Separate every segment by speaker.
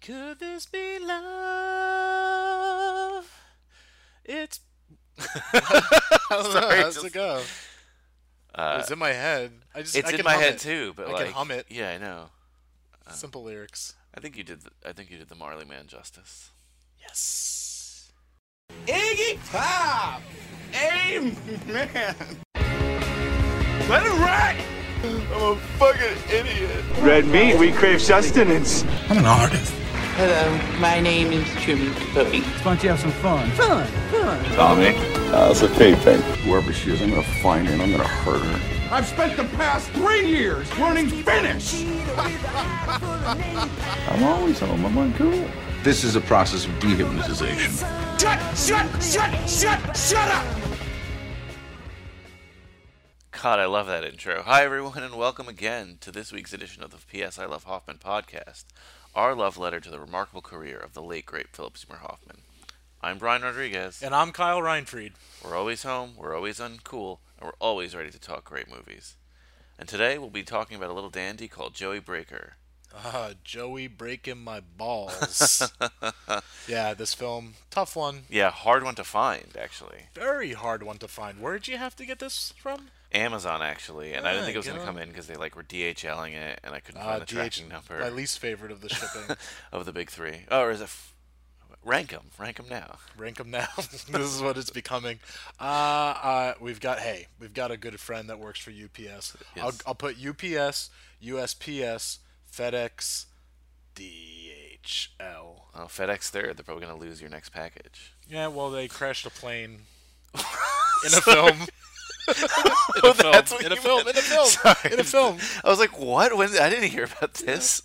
Speaker 1: Could this be love? It's
Speaker 2: I don't know.
Speaker 1: Sorry,
Speaker 2: How's
Speaker 1: just-
Speaker 2: it go?
Speaker 1: uh,
Speaker 2: it's in my head. I just
Speaker 1: it's
Speaker 2: I
Speaker 1: in
Speaker 2: can
Speaker 1: my
Speaker 2: hum
Speaker 1: head
Speaker 2: it.
Speaker 1: too, but
Speaker 2: I
Speaker 1: like
Speaker 2: can hum it.
Speaker 1: Yeah, I know.
Speaker 2: Simple lyrics.
Speaker 1: I think you did. The, I think you did the Marley Man justice.
Speaker 2: Yes.
Speaker 3: Iggy Pop! Amen! Let it rock! I'm a fucking idiot.
Speaker 4: Red meat, we crave sustenance.
Speaker 5: Hello, my name is Jimmy Bowie.
Speaker 6: Why don't you have some fun?
Speaker 7: Tommy. That's a tape thing. Whoever she is, I'm gonna find her and I'm gonna hurt her.
Speaker 4: I've spent the past three years learning Finnish.
Speaker 7: I'm always home. I'm uncool.
Speaker 8: This is a process of dehypnotization.
Speaker 4: Shut, shut, shut, shut, shut up!
Speaker 1: God, I love that intro. Hi, everyone, and welcome again to this week's edition of the P.S. I Love Hoffman podcast, our love letter to the remarkable career of the late, great Philip Seymour Hoffman. I'm Brian Rodriguez.
Speaker 2: And I'm Kyle Reinfried.
Speaker 1: We're always home, we're always uncool, and we're always ready to talk great movies. And today we'll be talking about a little dandy called Joey Breaker.
Speaker 2: Ah, Joey breaking my balls. yeah, this film, tough one.
Speaker 1: Yeah, hard one to find, actually.
Speaker 2: Very hard one to find. Where'd you have to get this from?
Speaker 1: Amazon, actually, and I didn't
Speaker 2: Ah,
Speaker 1: think it was
Speaker 2: get
Speaker 1: going to
Speaker 2: on.
Speaker 1: come in because they like were DHLing it, and I couldn't
Speaker 2: Ah,
Speaker 1: find the
Speaker 2: DH,
Speaker 1: tracking number
Speaker 2: my least favorite of the shipping.
Speaker 1: of the big three. Oh, or is it f- rank them? Rank them now.
Speaker 2: Rank them now. this is what it's becoming. Uh, uh, we've got hey, we've got a good friend that works for UPS. I'll,
Speaker 1: Yes.
Speaker 2: I'll put UPS, USPS, FedEx, DHL.
Speaker 1: Oh, FedEx third. They're probably going to lose your next package.
Speaker 2: Yeah, well, they crashed a plane in a film.
Speaker 1: Oh,
Speaker 2: film. in a film, in a film, in a film.
Speaker 1: I was like, what? When I didn't hear about this.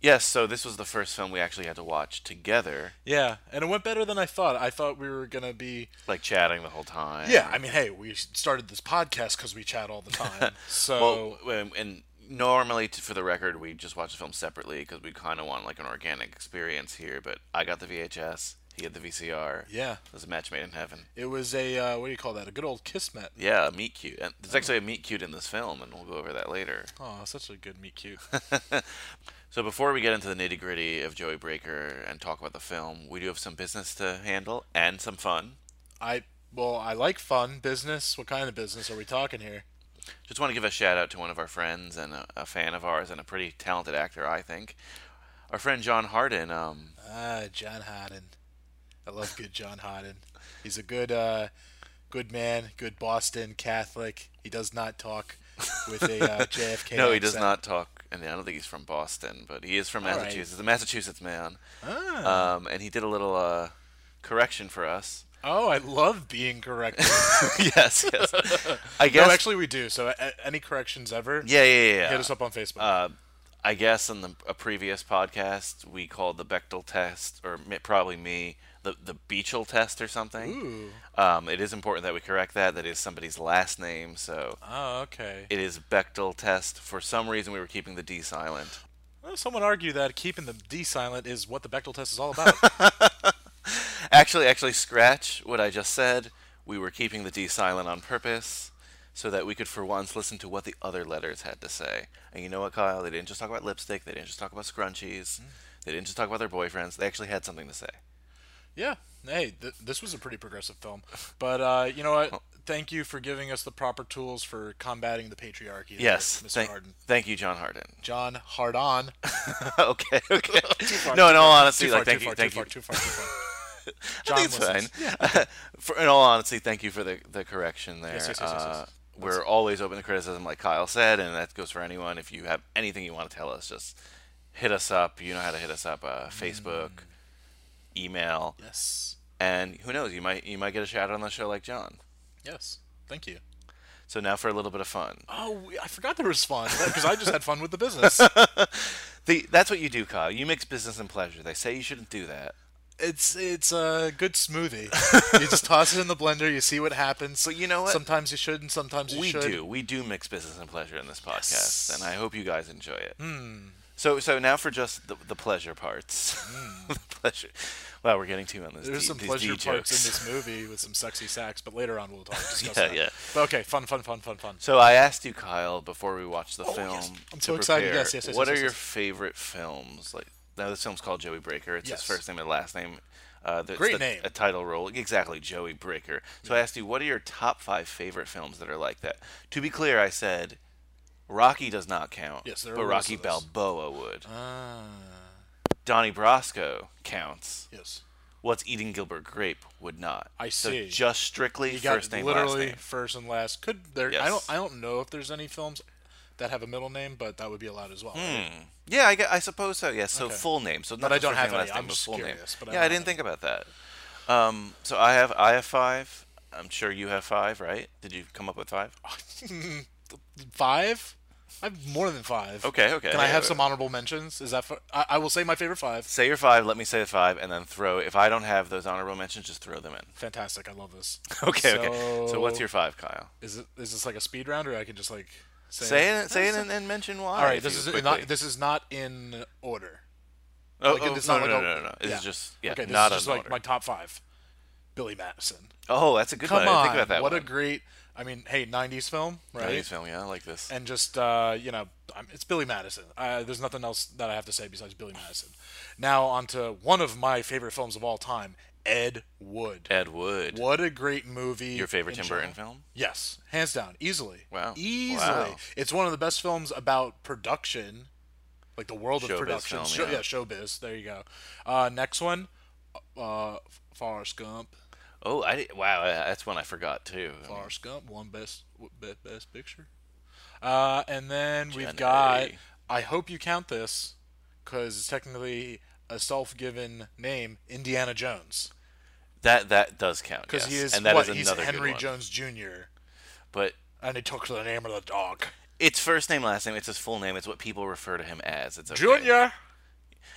Speaker 1: yes, so this was the first film we actually had to watch together,
Speaker 2: Yeah, and it went better than I thought. I thought we were gonna be.
Speaker 1: like chatting the whole time.
Speaker 2: Yeah, I mean, hey, we started this podcast because we chat all the time. So
Speaker 1: Well, and, and normally, t- for the record, we just watch the film separately because we kind of want like an organic experience here. But I got the VHS. He had the VCR.
Speaker 2: yeah,
Speaker 1: It was a match made in heaven.
Speaker 2: it was a uh, what do you call that? A good old kismet.
Speaker 1: Yeah, a meet cute. And there's actually a meet cute in this film, and we'll go over that later.
Speaker 2: Oh, such a good meet cute.
Speaker 1: So before we get into the nitty gritty of Joey Breaker and talk about the film, we do have some business to handle and some fun.
Speaker 2: I well, I like fun business. What kind of business are we talking here?
Speaker 1: Just want to give a shout out to one of our friends and a, a fan of ours and a pretty talented actor, I think. Our friend John Harden. Um,
Speaker 2: Ah, John Hodden. I love good John Hodden. He's a good, uh, good man, good Boston Catholic. He does not talk with a uh, JFK.
Speaker 1: no, he does
Speaker 2: accent.
Speaker 1: not talk, and I don't think he's from Boston, but he is from
Speaker 2: All right.
Speaker 1: Massachusetts. He's a Massachusetts man. Ah. Um, and he did a little uh, correction for us.
Speaker 2: Oh, I love being corrected.
Speaker 1: yes, yes. I guess.
Speaker 2: no, actually, we do. So, a- any corrections ever?
Speaker 1: yeah, yeah, yeah. yeah.
Speaker 2: Hit us up on Facebook.
Speaker 1: uh, I guess in the, a previous podcast we called the Bechtel test, or mi- probably me, the the Beechel test or something. Um, it is important that we correct that. That is somebody's last name, so
Speaker 2: oh, okay.
Speaker 1: it is Bechtel test. For some reason, we were keeping the D silent.
Speaker 2: Well, someone argued that keeping the D silent is what the Bechtel test is all about.
Speaker 1: Actually, actually, scratch what I just said. We were keeping the D silent on purpose. So that we could, for once, listen to what the other letters had to say. And you know what, Kyle? They didn't just talk about lipstick. They didn't just talk about scrunchies. They didn't just talk about their boyfriends. They actually had something to say.
Speaker 2: Yeah. Hey, th- this was a pretty progressive film. But uh, you know what? Thank you for giving us the proper tools for combating the patriarchy. there,
Speaker 1: Yes.
Speaker 2: Mr.
Speaker 1: Thank,
Speaker 2: Harden.
Speaker 1: thank you, John Harden.
Speaker 2: John Hardon.
Speaker 1: okay, okay. no, in all honesty,
Speaker 2: Too far,
Speaker 1: like thank
Speaker 2: too
Speaker 1: you,
Speaker 2: far,
Speaker 1: thank
Speaker 2: too
Speaker 1: you.
Speaker 2: far, too far, too far.
Speaker 1: I
Speaker 2: John
Speaker 1: think it's
Speaker 2: listens.
Speaker 1: fine. For, in all honesty, thank you for the, the correction there.
Speaker 2: yes, yes, yes, yes.
Speaker 1: Uh, we're always open to criticism, like Kyle said, and that goes for anyone. If you have anything you want to tell us, just hit us up. You know how to hit us up:
Speaker 2: Mm.
Speaker 1: uh, Facebook, email,
Speaker 2: Yes.
Speaker 1: and who knows, you might you might get a shout out on the show like John.
Speaker 2: Yes. Thank you.
Speaker 1: So now for a little bit of fun.
Speaker 2: Oh, we- I forgot there was fun because I just had fun with the business.
Speaker 1: The, that's what you do, Kyle. You mix business and pleasure. They say you shouldn't do that.
Speaker 2: It's it's a good smoothie. You just toss it in the blender. You see what happens.
Speaker 1: But you know what?
Speaker 2: Sometimes you shouldn't. Sometimes you
Speaker 1: we
Speaker 2: should. Hmm.
Speaker 1: do. We do mix business and pleasure in this podcast, and I hope you guys enjoy it. So so now for just the, the pleasure parts. the pleasure. Wow, we're getting too on this.
Speaker 2: Hmm. There's
Speaker 1: D-
Speaker 2: some
Speaker 1: these
Speaker 2: pleasure
Speaker 1: D
Speaker 2: parts
Speaker 1: jokes.
Speaker 2: in this movie with some sexy sax, but later on we'll talk. Discuss
Speaker 1: Yeah,
Speaker 2: that.
Speaker 1: yeah.
Speaker 2: But okay, fun, fun, fun, fun, fun.
Speaker 1: So I asked you, Kyle, before we watched the film.
Speaker 2: Oh, yes. I'm
Speaker 1: to
Speaker 2: so excited.
Speaker 1: prepare,
Speaker 2: Yes, yes, yes,
Speaker 1: What are
Speaker 2: yes, yes,
Speaker 1: your
Speaker 2: yes.
Speaker 1: favorite films? Like now, this film's called Joey Breaker. It's
Speaker 2: Yes.
Speaker 1: his first name and last name. Uh, there's
Speaker 2: Great
Speaker 1: the-
Speaker 2: name.
Speaker 1: A title role, exactly. Joey Breaker. So I asked you, what are your top five favorite films that are like that? To be clear, I said Rocky does not count.
Speaker 2: Yes, there are
Speaker 1: but
Speaker 2: rules Ah.
Speaker 1: Rocky
Speaker 2: to this.
Speaker 1: Balboa would. Donnie Brasco counts.
Speaker 2: Yes.
Speaker 1: What's Eating Gilbert Grape would not.
Speaker 2: I
Speaker 1: so
Speaker 2: see.
Speaker 1: Just strictly
Speaker 2: You got
Speaker 1: first name, last
Speaker 2: literally
Speaker 1: name.
Speaker 2: first and last. Could there? I
Speaker 1: Yes.
Speaker 2: don't. I don't know if there's any films that have a middle name, but that would be allowed as well.
Speaker 1: Hmm.
Speaker 2: right?
Speaker 1: Yeah, I, gu- I suppose so. Yes, so
Speaker 2: Okay.
Speaker 1: full name. So not
Speaker 2: I
Speaker 1: just
Speaker 2: don't
Speaker 1: first
Speaker 2: have
Speaker 1: name, last
Speaker 2: any.
Speaker 1: name,
Speaker 2: I'm
Speaker 1: but
Speaker 2: just
Speaker 1: full
Speaker 2: curious,
Speaker 1: name.
Speaker 2: but I
Speaker 1: yeah,
Speaker 2: don't
Speaker 1: I
Speaker 2: have
Speaker 1: didn't think about that. Um, so I have I have five. I'm sure you have five, right? Did you come up with five?
Speaker 2: Five. I have more than five.
Speaker 1: Okay, okay.
Speaker 2: Can I
Speaker 1: Yeah,
Speaker 2: have
Speaker 1: yeah.
Speaker 2: some honorable mentions? Is that? For, I, I will say my favorite five.
Speaker 1: Say your five. Let me say the five, and then throw. If I don't have those honorable mentions, just throw them in.
Speaker 2: Fantastic. I love this.
Speaker 1: Okay, okay. So what's
Speaker 2: So-
Speaker 1: your five, Kyle?
Speaker 2: Is it? Is this like a speed round, or I can just like say?
Speaker 1: Say it, say it, and, and mention why.
Speaker 2: All right.
Speaker 1: if
Speaker 2: This
Speaker 1: you-
Speaker 2: is
Speaker 1: quickly.
Speaker 2: not. This is not in order.
Speaker 1: Oh,
Speaker 2: Like,
Speaker 1: oh,
Speaker 2: it's
Speaker 1: no,
Speaker 2: not
Speaker 1: no,
Speaker 2: like
Speaker 1: no,
Speaker 2: a-
Speaker 1: no, no. This
Speaker 2: yeah.
Speaker 1: is just yeah,
Speaker 2: okay, this
Speaker 1: not
Speaker 2: is just
Speaker 1: an
Speaker 2: like
Speaker 1: order.
Speaker 2: my top five. Billy Madison.
Speaker 1: Oh, that's a good
Speaker 2: Come
Speaker 1: one. I
Speaker 2: on,
Speaker 1: didn't think about that
Speaker 2: what
Speaker 1: one.
Speaker 2: a great. I mean, hey, '90s film, right?
Speaker 1: Nice film. Yeah, I like this.
Speaker 2: And just uh, you know, I'm, it's Billy Madison. Uh, there's nothing else that I have to say besides Billy Madison. Now onto one of my favorite films of all time, Ed Wood.
Speaker 1: Ed Wood.
Speaker 2: What a great movie!
Speaker 1: Your favorite
Speaker 2: in
Speaker 1: Tim
Speaker 2: general.
Speaker 1: Burton film?
Speaker 2: Yes, hands down, easily.
Speaker 1: Wow.
Speaker 2: Easily,
Speaker 1: Wow.
Speaker 2: it's one of the best films about production, like the world of
Speaker 1: Showbiz
Speaker 2: production.
Speaker 1: film,
Speaker 2: Show-
Speaker 1: yeah.
Speaker 2: yeah, showbiz. There you go. Uh, next one, uh, Forrest Gump.
Speaker 1: Oh, I di- wow, yeah, that's one I forgot too. I mean,
Speaker 2: Forrest Gump won best best, best picture. Uh, and then we've
Speaker 1: Jenny.
Speaker 2: got. I hope you count this, because it's technically a self-given name, Indiana Jones,
Speaker 1: that that does count.
Speaker 2: because
Speaker 1: Yes.
Speaker 2: he is
Speaker 1: and that
Speaker 2: what
Speaker 1: is
Speaker 2: he's
Speaker 1: another good
Speaker 2: Henry
Speaker 1: one.
Speaker 2: Jones Jr.
Speaker 1: But
Speaker 2: and he took the name of the dog,
Speaker 1: it's first name, last name. It's his full name. It's what people refer to him as. It's okay.
Speaker 2: Junior.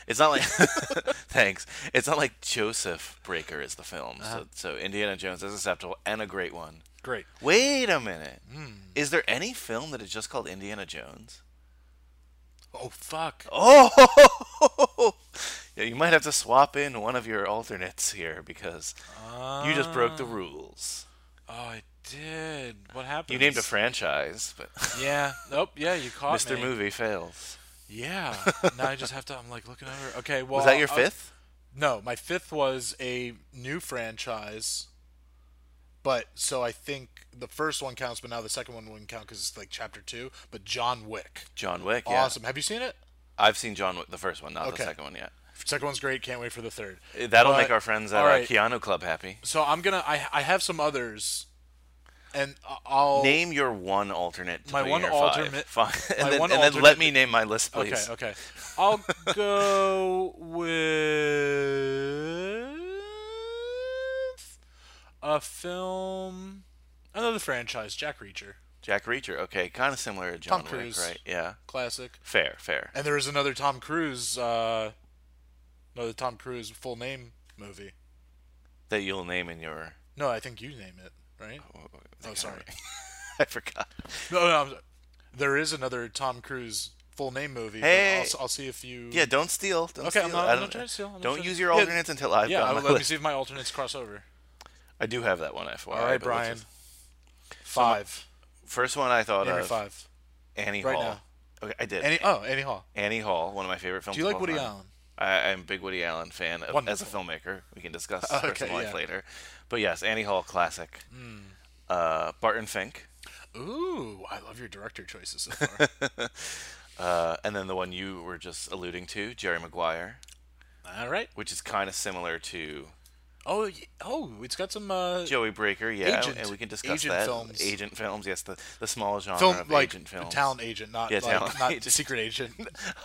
Speaker 1: It's not like thanks. It's not like Joseph Breaker is the film.
Speaker 2: Uh-huh.
Speaker 1: So, so Indiana Jones is acceptable and a great one.
Speaker 2: Great.
Speaker 1: Wait a minute.
Speaker 2: Hmm.
Speaker 1: Is there any film that is just called Indiana Jones?
Speaker 2: Oh fuck.
Speaker 1: Oh, yeah. You might have to swap in one of your alternates here because you just broke
Speaker 2: Ah.
Speaker 1: the rules.
Speaker 2: Oh, I did. What happened?
Speaker 1: You named a franchise, but
Speaker 2: Yeah. Nope. Yeah, you caught
Speaker 1: Mr.
Speaker 2: me.
Speaker 1: Movie fails.
Speaker 2: Yeah. now I just have to. I'm like looking over. Okay. Well,
Speaker 1: Was that your
Speaker 2: uh,
Speaker 1: fifth?
Speaker 2: no, my fifth was a new franchise. But so I think the first one counts, but now the second one wouldn't count because it's like chapter two. But John Wick,
Speaker 1: John Wick. Yeah.
Speaker 2: awesome. Have you seen it?
Speaker 1: I've seen John Wick, the first one, not
Speaker 2: Okay.
Speaker 1: the second one yet.
Speaker 2: Second one's great. Can't wait for the third.
Speaker 1: Eh, That'll
Speaker 2: But-
Speaker 1: make our friends at
Speaker 2: all right,
Speaker 1: uh, Keanu Club happy.
Speaker 2: So I'm gonna. I I have some others, and I- I'll
Speaker 1: Name your one alternate. To
Speaker 2: My
Speaker 1: put in
Speaker 2: one
Speaker 1: your five.
Speaker 2: alternate-
Speaker 1: Fine. And,
Speaker 2: my
Speaker 1: then,
Speaker 2: one
Speaker 1: and then
Speaker 2: alternate-
Speaker 1: let me name my list,
Speaker 2: Okay,
Speaker 1: please.
Speaker 2: okay. I'll go with a film, another franchise, Jack Reacher,
Speaker 1: Jack Reacher. Okay, kind of similar to John Wick,
Speaker 2: Cruise.
Speaker 1: right? Yeah.
Speaker 2: classic.
Speaker 1: Fair, fair.
Speaker 2: And there is another Tom Cruise, uh, another Tom Cruise full name movie.
Speaker 1: That you'll name in your.
Speaker 2: No, I think you name it, right? Oh, sorry.
Speaker 1: I forgot.
Speaker 2: No, no. I'm, there is another Tom Cruise full name movie. but I'll,
Speaker 1: Hey.
Speaker 2: s- I'll see if you.
Speaker 1: Yeah, don't steal. Don't
Speaker 2: Okay,
Speaker 1: steal.
Speaker 2: I'm not,
Speaker 1: I
Speaker 2: I'm
Speaker 1: don't-
Speaker 2: not trying to steal. I'm not
Speaker 1: don't
Speaker 2: trying to-
Speaker 1: use your
Speaker 2: Yeah,
Speaker 1: alternate until I've
Speaker 2: Yeah,
Speaker 1: got
Speaker 2: I
Speaker 1: my
Speaker 2: would let me
Speaker 1: list.
Speaker 2: see if my alternates cross over.
Speaker 1: I do have that one, FYI.
Speaker 2: All right,
Speaker 1: but let's
Speaker 2: Brian.
Speaker 1: just-
Speaker 2: Five.
Speaker 1: First one I thought
Speaker 2: Name your
Speaker 1: of.
Speaker 2: five.
Speaker 1: Annie
Speaker 2: Right
Speaker 1: Hall.
Speaker 2: now.
Speaker 1: Okay, I did.
Speaker 2: Annie. Oh, Annie Hall.
Speaker 1: Annie Hall, one of my favorite films.
Speaker 2: Do you
Speaker 1: of all
Speaker 2: like Woody
Speaker 1: time.
Speaker 2: Allen?
Speaker 1: I, I'm a big Woody Allen fan of, as a
Speaker 2: Wonderful.
Speaker 1: filmmaker. We can discuss
Speaker 2: Okay,
Speaker 1: personal life
Speaker 2: yeah. Hmm.
Speaker 1: later. But yes, Annie Hall, classic. Uh, Barton Fink,
Speaker 2: Ooh, I love your director choices so far.
Speaker 1: uh, and then the one you were just alluding to, Jerry Maguire,
Speaker 2: All right.
Speaker 1: which is kind of similar to
Speaker 2: Oh, y- oh, it's got some uh,
Speaker 1: Joey Breaker, yeah,
Speaker 2: Agent-
Speaker 1: and we can discuss
Speaker 2: agent
Speaker 1: that.
Speaker 2: films.
Speaker 1: Agent films, yes, the, the small genre
Speaker 2: film
Speaker 1: of
Speaker 2: like
Speaker 1: agent films.
Speaker 2: talent agent, not
Speaker 1: Yeah,
Speaker 2: like,
Speaker 1: talent
Speaker 2: not
Speaker 1: agent.
Speaker 2: secret agent.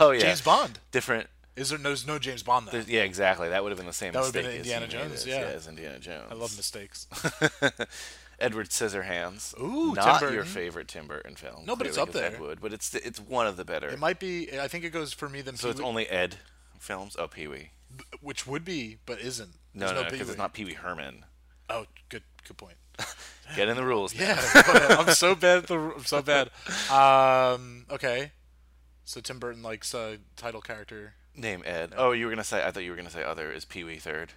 Speaker 1: Oh yeah,
Speaker 2: James Bond.
Speaker 1: Different.
Speaker 2: Is there no, there's no James Bond though?
Speaker 1: there's- Yeah, exactly. That would have been the same
Speaker 2: That would've
Speaker 1: mistake
Speaker 2: been
Speaker 1: as
Speaker 2: Indiana
Speaker 1: you made
Speaker 2: Jones,
Speaker 1: as-
Speaker 2: yeah.
Speaker 1: as Indiana Jones.
Speaker 2: I love mistakes.
Speaker 1: Edward Scissorhands.
Speaker 2: Ooh, Tim
Speaker 1: not your
Speaker 2: Burton.
Speaker 1: favorite Tim Burton film.
Speaker 2: No, but it's
Speaker 1: clearly,
Speaker 2: up
Speaker 1: 'cause Ed
Speaker 2: there.
Speaker 1: Wood, but it's it's one of the better.
Speaker 2: It might be. I think it goes for me than
Speaker 1: so it's
Speaker 2: Pee-wee-
Speaker 1: only Ed films. Oh, Pee Wee.
Speaker 2: which would be, but isn't.
Speaker 1: No,
Speaker 2: There's
Speaker 1: no, because
Speaker 2: Pee-wee.
Speaker 1: it's not Pee Wee Herman.
Speaker 2: Oh, good, good point.
Speaker 1: Get in the rules.
Speaker 2: Yeah, I'm so bad. At the, I'm so bad. Um, okay, So Tim Burton likes uh, title character.
Speaker 1: Name Ed. Oh, you were gonna say. I thought you were gonna say other is Pee Wee third.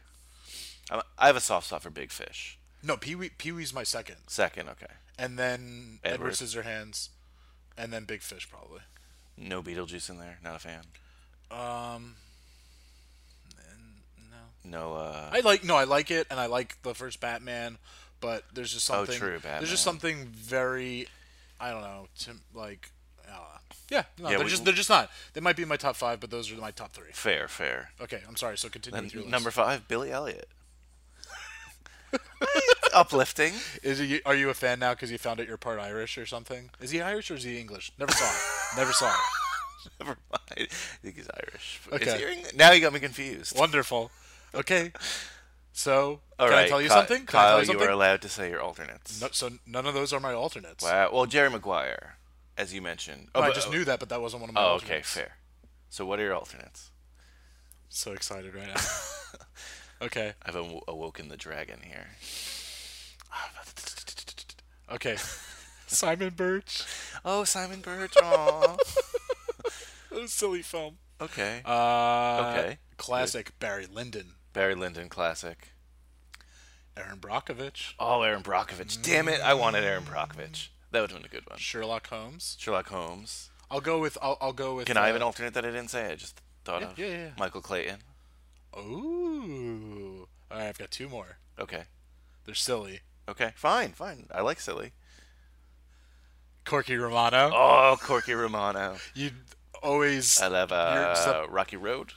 Speaker 1: I I have a soft spot for Big Fish.
Speaker 2: No, Pee Wee. Pee Wee's my second,
Speaker 1: Second, okay.
Speaker 2: and then
Speaker 1: Edward.
Speaker 2: Edward, Scissorhands, and then Big Fish probably.
Speaker 1: No Beetlejuice in there. Not a fan.
Speaker 2: Um, No,
Speaker 1: No. uh...
Speaker 2: I like. No, I like it, and I like the first Batman, but there's just
Speaker 1: Oh,
Speaker 2: something.
Speaker 1: true,
Speaker 2: There's just something very, I don't know, Tim, like. I don't know. Yeah, no,
Speaker 1: Yeah,
Speaker 2: they're
Speaker 1: we-
Speaker 2: just they're just not. They might be my top five, but those are my top three.
Speaker 1: Fair, fair.
Speaker 2: Okay, I'm sorry. So continue
Speaker 1: And
Speaker 2: with your list.
Speaker 1: number five, Billy Elliot. Uplifting.
Speaker 2: Is he, are you a fan now because you found out you're part Irish or something? Is he Irish or is he English? Never saw it. Never saw it.
Speaker 1: Never mind. I think he's Irish. Is
Speaker 2: Okay.
Speaker 1: he Eng- now you got me confused.
Speaker 2: Wonderful. Okay. So,
Speaker 1: All
Speaker 2: can
Speaker 1: right,
Speaker 2: I tell you
Speaker 1: Ky-
Speaker 2: something? Can I
Speaker 1: Kyle,
Speaker 2: tell you something?
Speaker 1: are allowed to say your alternates.
Speaker 2: No- so none of those are my alternates.
Speaker 1: Wow. Well, Jerry Maguire, as you mentioned. Oh,
Speaker 2: I
Speaker 1: but-
Speaker 2: just knew that, but that wasn't one of my
Speaker 1: Oh,
Speaker 2: alternates.
Speaker 1: okay, fair. So, what are your alternates?
Speaker 2: So excited right now. okay.
Speaker 1: I've aw- awoken the dragon here.
Speaker 2: Okay. Simon Birch.
Speaker 1: Oh, Simon Birch. Aw.
Speaker 2: What a silly film.
Speaker 1: okay.
Speaker 2: Uh,
Speaker 1: Okay.
Speaker 2: Classic Barry Lyndon.
Speaker 1: Barry Lyndon classic.
Speaker 2: Aaron Brockovich.
Speaker 1: Oh, Aaron Brockovich. Damn it! I wanted Aaron Brockovich. That would have been a good one.
Speaker 2: Sherlock Holmes.
Speaker 1: Sherlock Holmes.
Speaker 2: I'll go with. I'll, I'll go with.
Speaker 1: Can I have
Speaker 2: uh,
Speaker 1: an alternate that I didn't say? I just thought of.
Speaker 2: yeah, yeah, yeah.
Speaker 1: Michael Clayton.
Speaker 2: Ooh. All right, I've got two more.
Speaker 1: Okay.
Speaker 2: They're silly.
Speaker 1: Okay. Fine. Fine. I like silly.
Speaker 2: Corky Romano.
Speaker 1: Oh, Corky Romano.
Speaker 2: You always
Speaker 1: I love
Speaker 2: You're
Speaker 1: uh,
Speaker 2: sup-
Speaker 1: Rocky Road.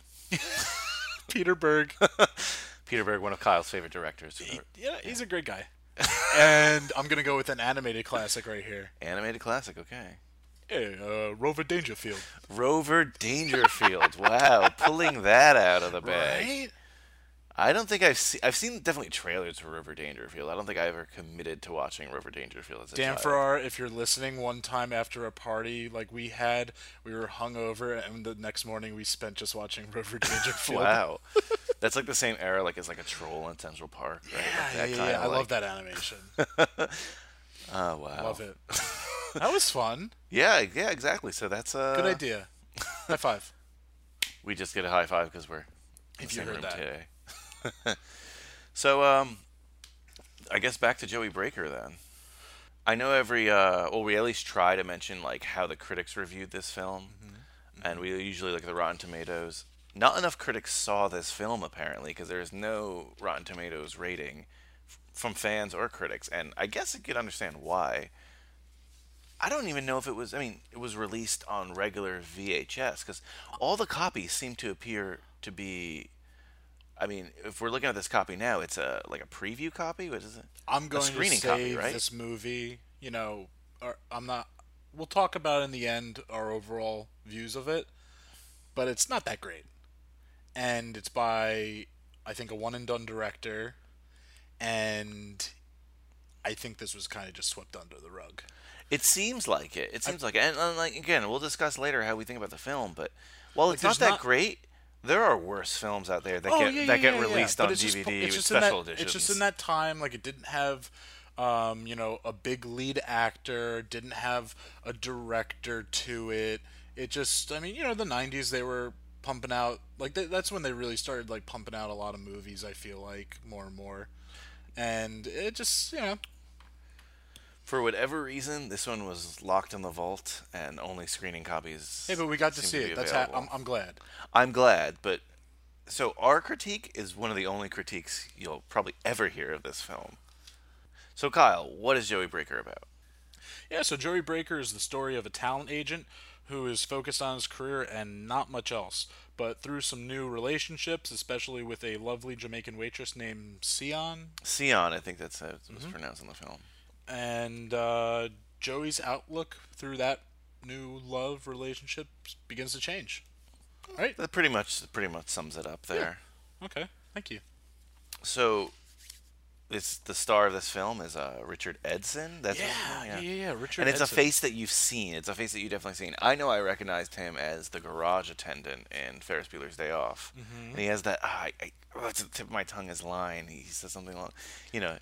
Speaker 2: Peter Berg.
Speaker 1: Peter Berg, one of Kyle's favorite directors.
Speaker 2: yeah, he's a great guy. and I'm gonna go with an animated classic right here.
Speaker 1: Animated classic. Okay.
Speaker 2: Hey, uh, Rover Dangerfield.
Speaker 1: Rover Dangerfield. wow, pulling that out of the bag.
Speaker 2: Right?
Speaker 1: I don't think I've seen. I've seen definitely trailers for Rover Dangerfield. I don't think I ever committed to watching Rover Dangerfield as a
Speaker 2: Dan
Speaker 1: child.
Speaker 2: Farrar, if you're listening, one time after a party like we had, we were hungover, and the next morning we spent just watching Rover Dangerfield.
Speaker 1: Wow. That's like the same era, like it's like a troll in Central Park, right? Like
Speaker 2: Yeah, yeah,
Speaker 1: kinda
Speaker 2: yeah. I
Speaker 1: like-
Speaker 2: love that animation.
Speaker 1: Oh wow.
Speaker 2: Love it. That was fun.
Speaker 1: Yeah, yeah, exactly. So that's uh
Speaker 2: Good idea. High five.
Speaker 1: We just get a high five because we're in
Speaker 2: If
Speaker 1: the
Speaker 2: you
Speaker 1: same
Speaker 2: heard
Speaker 1: room
Speaker 2: that.
Speaker 1: today. so um, I guess back to Joey Breaker then. I know every uh, well, we at least try to mention like how the critics reviewed this film,
Speaker 2: Mm-hmm.
Speaker 1: and we usually look at the Rotten Tomatoes. Not enough critics saw this film apparently because there is no Rotten Tomatoes rating f- from fans or critics, and I guess I could understand why. I don't even know if it was. I mean, it was released on regular VHS because all the copies seem to appear to be. I mean, if we're looking at this copy now, it's a like a preview copy. What is it?
Speaker 2: I'm going
Speaker 1: screening
Speaker 2: to
Speaker 1: copy,
Speaker 2: save
Speaker 1: right?
Speaker 2: this movie. You know, or I'm not. We'll talk about in the end our overall views of it, but it's not that great, and it's by I think a one and done director, and I think this was kind of just swept under the rug.
Speaker 1: It seems like it. It seems like it. And, and like again, we'll discuss later how we think about the film. But while it's not
Speaker 2: there's
Speaker 1: that
Speaker 2: not- Oh,
Speaker 1: great, there are worse films out there that get that get released
Speaker 2: But
Speaker 1: on
Speaker 2: it's just po-
Speaker 1: DVD with
Speaker 2: it's just in that-
Speaker 1: special editions.
Speaker 2: It's just in that time, like it didn't have, um, you know, a big lead actor, didn't have a director to it. It just, I mean, you know, the '90s they were pumping out like th- that's when they really started like pumping out a lot of movies. I feel like more and more, and it just, you know,
Speaker 1: For whatever reason, this one was locked in the vault, and only screening copies.
Speaker 2: hey, but we got to
Speaker 1: seem
Speaker 2: see
Speaker 1: be
Speaker 2: it. That's how
Speaker 1: available.
Speaker 2: I'm, I'm glad.
Speaker 1: I'm glad, but so our critique is one of the only critiques you'll probably ever hear of this film. So Kyle, what is Joey Breaker about?
Speaker 2: Yeah, so Joey Breaker is the story of a talent agent who is focused on his career and not much else. But through some new relationships, especially with a lovely Jamaican waitress named Sion,
Speaker 1: Sion, I think that's how it was pronounced in the film.
Speaker 2: and uh, Joey's outlook through that new love relationship begins to change.
Speaker 1: That pretty much pretty much sums it up there.
Speaker 2: Okay, thank you.
Speaker 1: So it's the star of this film is uh, Richard Edson. That's
Speaker 2: Yeah,
Speaker 1: his name?
Speaker 2: yeah, yeah, yeah, Richard
Speaker 1: And it's
Speaker 2: Edson.
Speaker 1: a face that you've seen. It's a face that you've definitely seen. I know I recognized him as the garage attendant in Ferris Bueller's Day Off,
Speaker 2: Mm-hmm.
Speaker 1: and he has that. ah, I, I, oh, it's the tip of my tongue is line. He says something along, you know.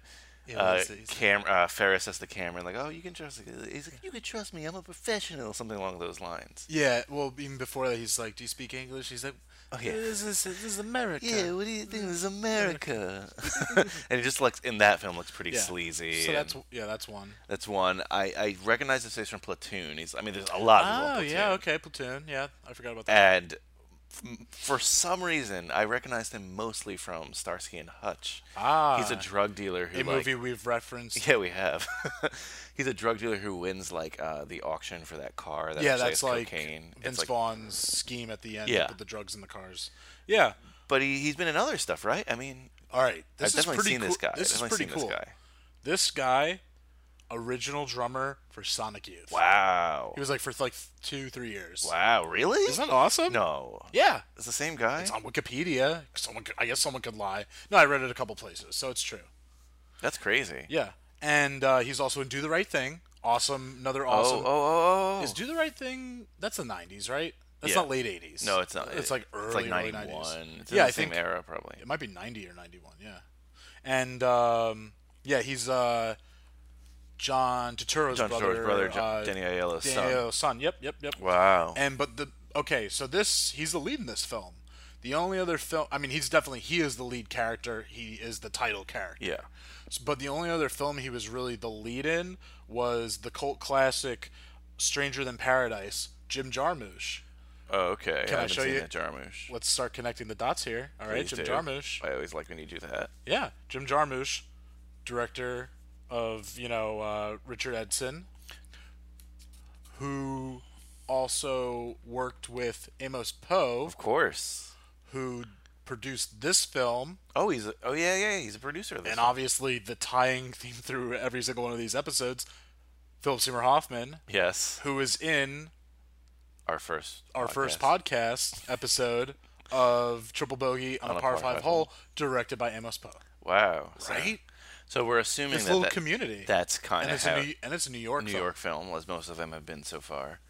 Speaker 2: Yeah,
Speaker 1: uh,
Speaker 2: that's easy.
Speaker 1: Cam- uh, Ferris as the camera, like, oh, you can trust. He's like, you can trust me. I'm a professional, something along those lines.
Speaker 2: Yeah, well, even before that, he's like, "Do you speak English?" He's like,
Speaker 1: Oh, yeah.
Speaker 2: "This is this is America."
Speaker 1: Yeah, what do you think? This is America. and he just looks in that film looks pretty
Speaker 2: Yeah.
Speaker 1: sleazy.
Speaker 2: So that's
Speaker 1: and
Speaker 2: yeah, that's one.
Speaker 1: that's one. I, I recognize this face from Platoon. He's I mean, there's a lot. of people in
Speaker 2: Oh yeah,
Speaker 1: Platoon.
Speaker 2: okay, platoon. Yeah, I forgot about that.
Speaker 1: And f- for some reason, I recognized him mostly from Starsky and Hutch.
Speaker 2: ah,
Speaker 1: He's a drug dealer who
Speaker 2: a
Speaker 1: like,
Speaker 2: movie we've referenced.
Speaker 1: Yeah, we have. He's a drug dealer who wins like uh, the auction for that car. That
Speaker 2: Yeah,
Speaker 1: actually
Speaker 2: that's
Speaker 1: has
Speaker 2: like
Speaker 1: cocaine. It's
Speaker 2: Vince
Speaker 1: like-
Speaker 2: Vaughn's scheme at the end
Speaker 1: Yeah.
Speaker 2: to put the drugs in the cars. Yeah.
Speaker 1: But he he's been in other stuff, right? I mean,
Speaker 2: All right. This
Speaker 1: I've
Speaker 2: is
Speaker 1: definitely
Speaker 2: pretty
Speaker 1: seen
Speaker 2: cool.
Speaker 1: this guy.
Speaker 2: This is
Speaker 1: I've definitely
Speaker 2: pretty
Speaker 1: seen
Speaker 2: cool.
Speaker 1: this guy.
Speaker 2: This guy, original drummer for Sonic Youth.
Speaker 1: Wow.
Speaker 2: He was like for like two, three years.
Speaker 1: Wow, really?
Speaker 2: Isn't that awesome?
Speaker 1: No.
Speaker 2: Yeah.
Speaker 1: It's the same guy?
Speaker 2: It's on Wikipedia. Someone, could, I guess, someone could lie. No, I read it a couple places, so it's true.
Speaker 1: That's crazy.
Speaker 2: Yeah, and uh, he's also in Do the Right Thing. Awesome, another
Speaker 1: Oh,
Speaker 2: awesome.
Speaker 1: oh, oh, oh.
Speaker 2: Is Do the Right Thing? That's the '90s, right? That's
Speaker 1: Yeah.
Speaker 2: not late '80s.
Speaker 1: no, it's not.
Speaker 2: It's like early,
Speaker 1: It's like
Speaker 2: early
Speaker 1: 91.
Speaker 2: 90s.
Speaker 1: It's in
Speaker 2: yeah,
Speaker 1: the
Speaker 2: I
Speaker 1: same
Speaker 2: think
Speaker 1: era, probably.
Speaker 2: it might be '90 or '91. Yeah, and um, yeah, he's uh, John Turturro's
Speaker 1: John
Speaker 2: brother.
Speaker 1: Turturro's brother, John,
Speaker 2: uh,
Speaker 1: Danny Aiello's son.
Speaker 2: Daniel's son. Yep, yep, yep.
Speaker 1: Wow.
Speaker 2: And but the okay, so this he's the lead in this film. The only other film, I mean, he's definitely he is the lead character. He is the title character.
Speaker 1: yeah.
Speaker 2: S- But the only other film he was really the lead in was the cult classic Stranger Than Paradise. Jim Jarmusch.
Speaker 1: Oh, okay.
Speaker 2: Can I
Speaker 1: haven't
Speaker 2: show
Speaker 1: seen
Speaker 2: you?
Speaker 1: That Jarmusch.
Speaker 2: Let's start connecting the dots here. All right,
Speaker 1: Please
Speaker 2: Jim
Speaker 1: do.
Speaker 2: Jarmusch.
Speaker 1: I always like when you do that.
Speaker 2: Yeah, Jim Jarmusch, director of you know uh, Richard Edson, who also worked with Amos Poe,
Speaker 1: Of course.
Speaker 2: who produced this film
Speaker 1: Oh, he's a, oh yeah yeah he's a producer. Of this
Speaker 2: and obviously the tying theme through every single one of these episodes philip seymour hoffman
Speaker 1: yes,
Speaker 2: who is in
Speaker 1: our first
Speaker 2: our first podcast episode of triple bogey on, a par, five, hole, directed by amos poe
Speaker 1: Wow. So-
Speaker 2: right
Speaker 1: So, we're assuming
Speaker 2: This
Speaker 1: that,
Speaker 2: little
Speaker 1: that-
Speaker 2: community.
Speaker 1: That's kind
Speaker 2: and
Speaker 1: of
Speaker 2: it's, a
Speaker 1: how
Speaker 2: new, and it's a new york
Speaker 1: New
Speaker 2: film. Mm-hmm.
Speaker 1: York film, as most of them have been so far.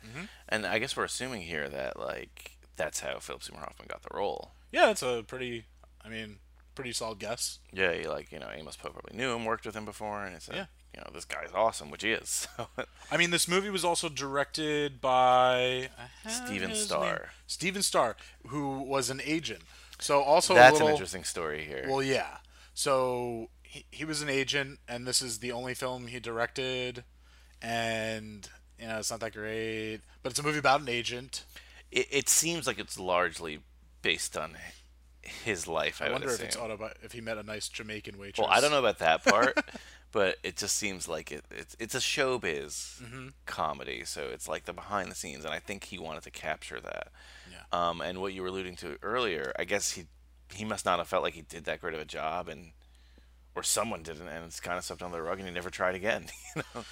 Speaker 1: And I guess we're assuming here that like that's how Philip Seymour Hoffman got the role.
Speaker 2: yeah that's a pretty i mean pretty solid guess
Speaker 1: Yeah, he, like you know Amos Poe probably knew him, worked with him before, and it's like,
Speaker 2: Yeah.
Speaker 1: you know this guy's awesome, which he is.
Speaker 2: i mean this movie was also directed by I have
Speaker 1: Steven
Speaker 2: his
Speaker 1: Starr.
Speaker 2: name. steven starr who was an agent so also a
Speaker 1: That's
Speaker 2: little,
Speaker 1: an interesting story here.
Speaker 2: Well, yeah. So he, he was an agent, and this is the only film he directed, and you know it's not that great, but it's a movie about an agent.
Speaker 1: it, it seems like it's largely based on h- his life. I,
Speaker 2: I
Speaker 1: would
Speaker 2: wonder if
Speaker 1: assume.
Speaker 2: it's autobi- if he met a nice Jamaican waitress.
Speaker 1: Well, I don't know about that part, but it just seems like it, it's it's a showbiz
Speaker 2: Mm-hmm.
Speaker 1: comedy, so it's like the behind the scenes, and I think he wanted to capture that.
Speaker 2: Yeah.
Speaker 1: Um, and what you were alluding to earlier, I guess he he must not have felt like he did that great of a job, and or someone didn't, and it's kind of swept under the rug, and he never tried again. You know,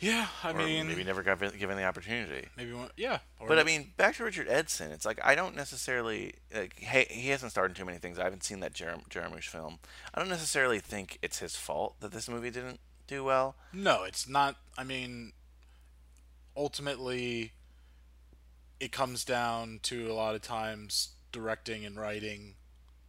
Speaker 2: Yeah, I
Speaker 1: or
Speaker 2: mean,
Speaker 1: maybe never got given the opportunity.
Speaker 2: maybe one, yeah. Or,
Speaker 1: But I mean, back to Richard Edson. It's like I don't necessarily like he, he hasn't starred in too many things. I haven't seen that Jarm- Jarmusch film. I don't necessarily think it's his fault that this movie didn't do well.
Speaker 2: no, it's not. I mean, ultimately, it comes down to a lot of times directing and writing.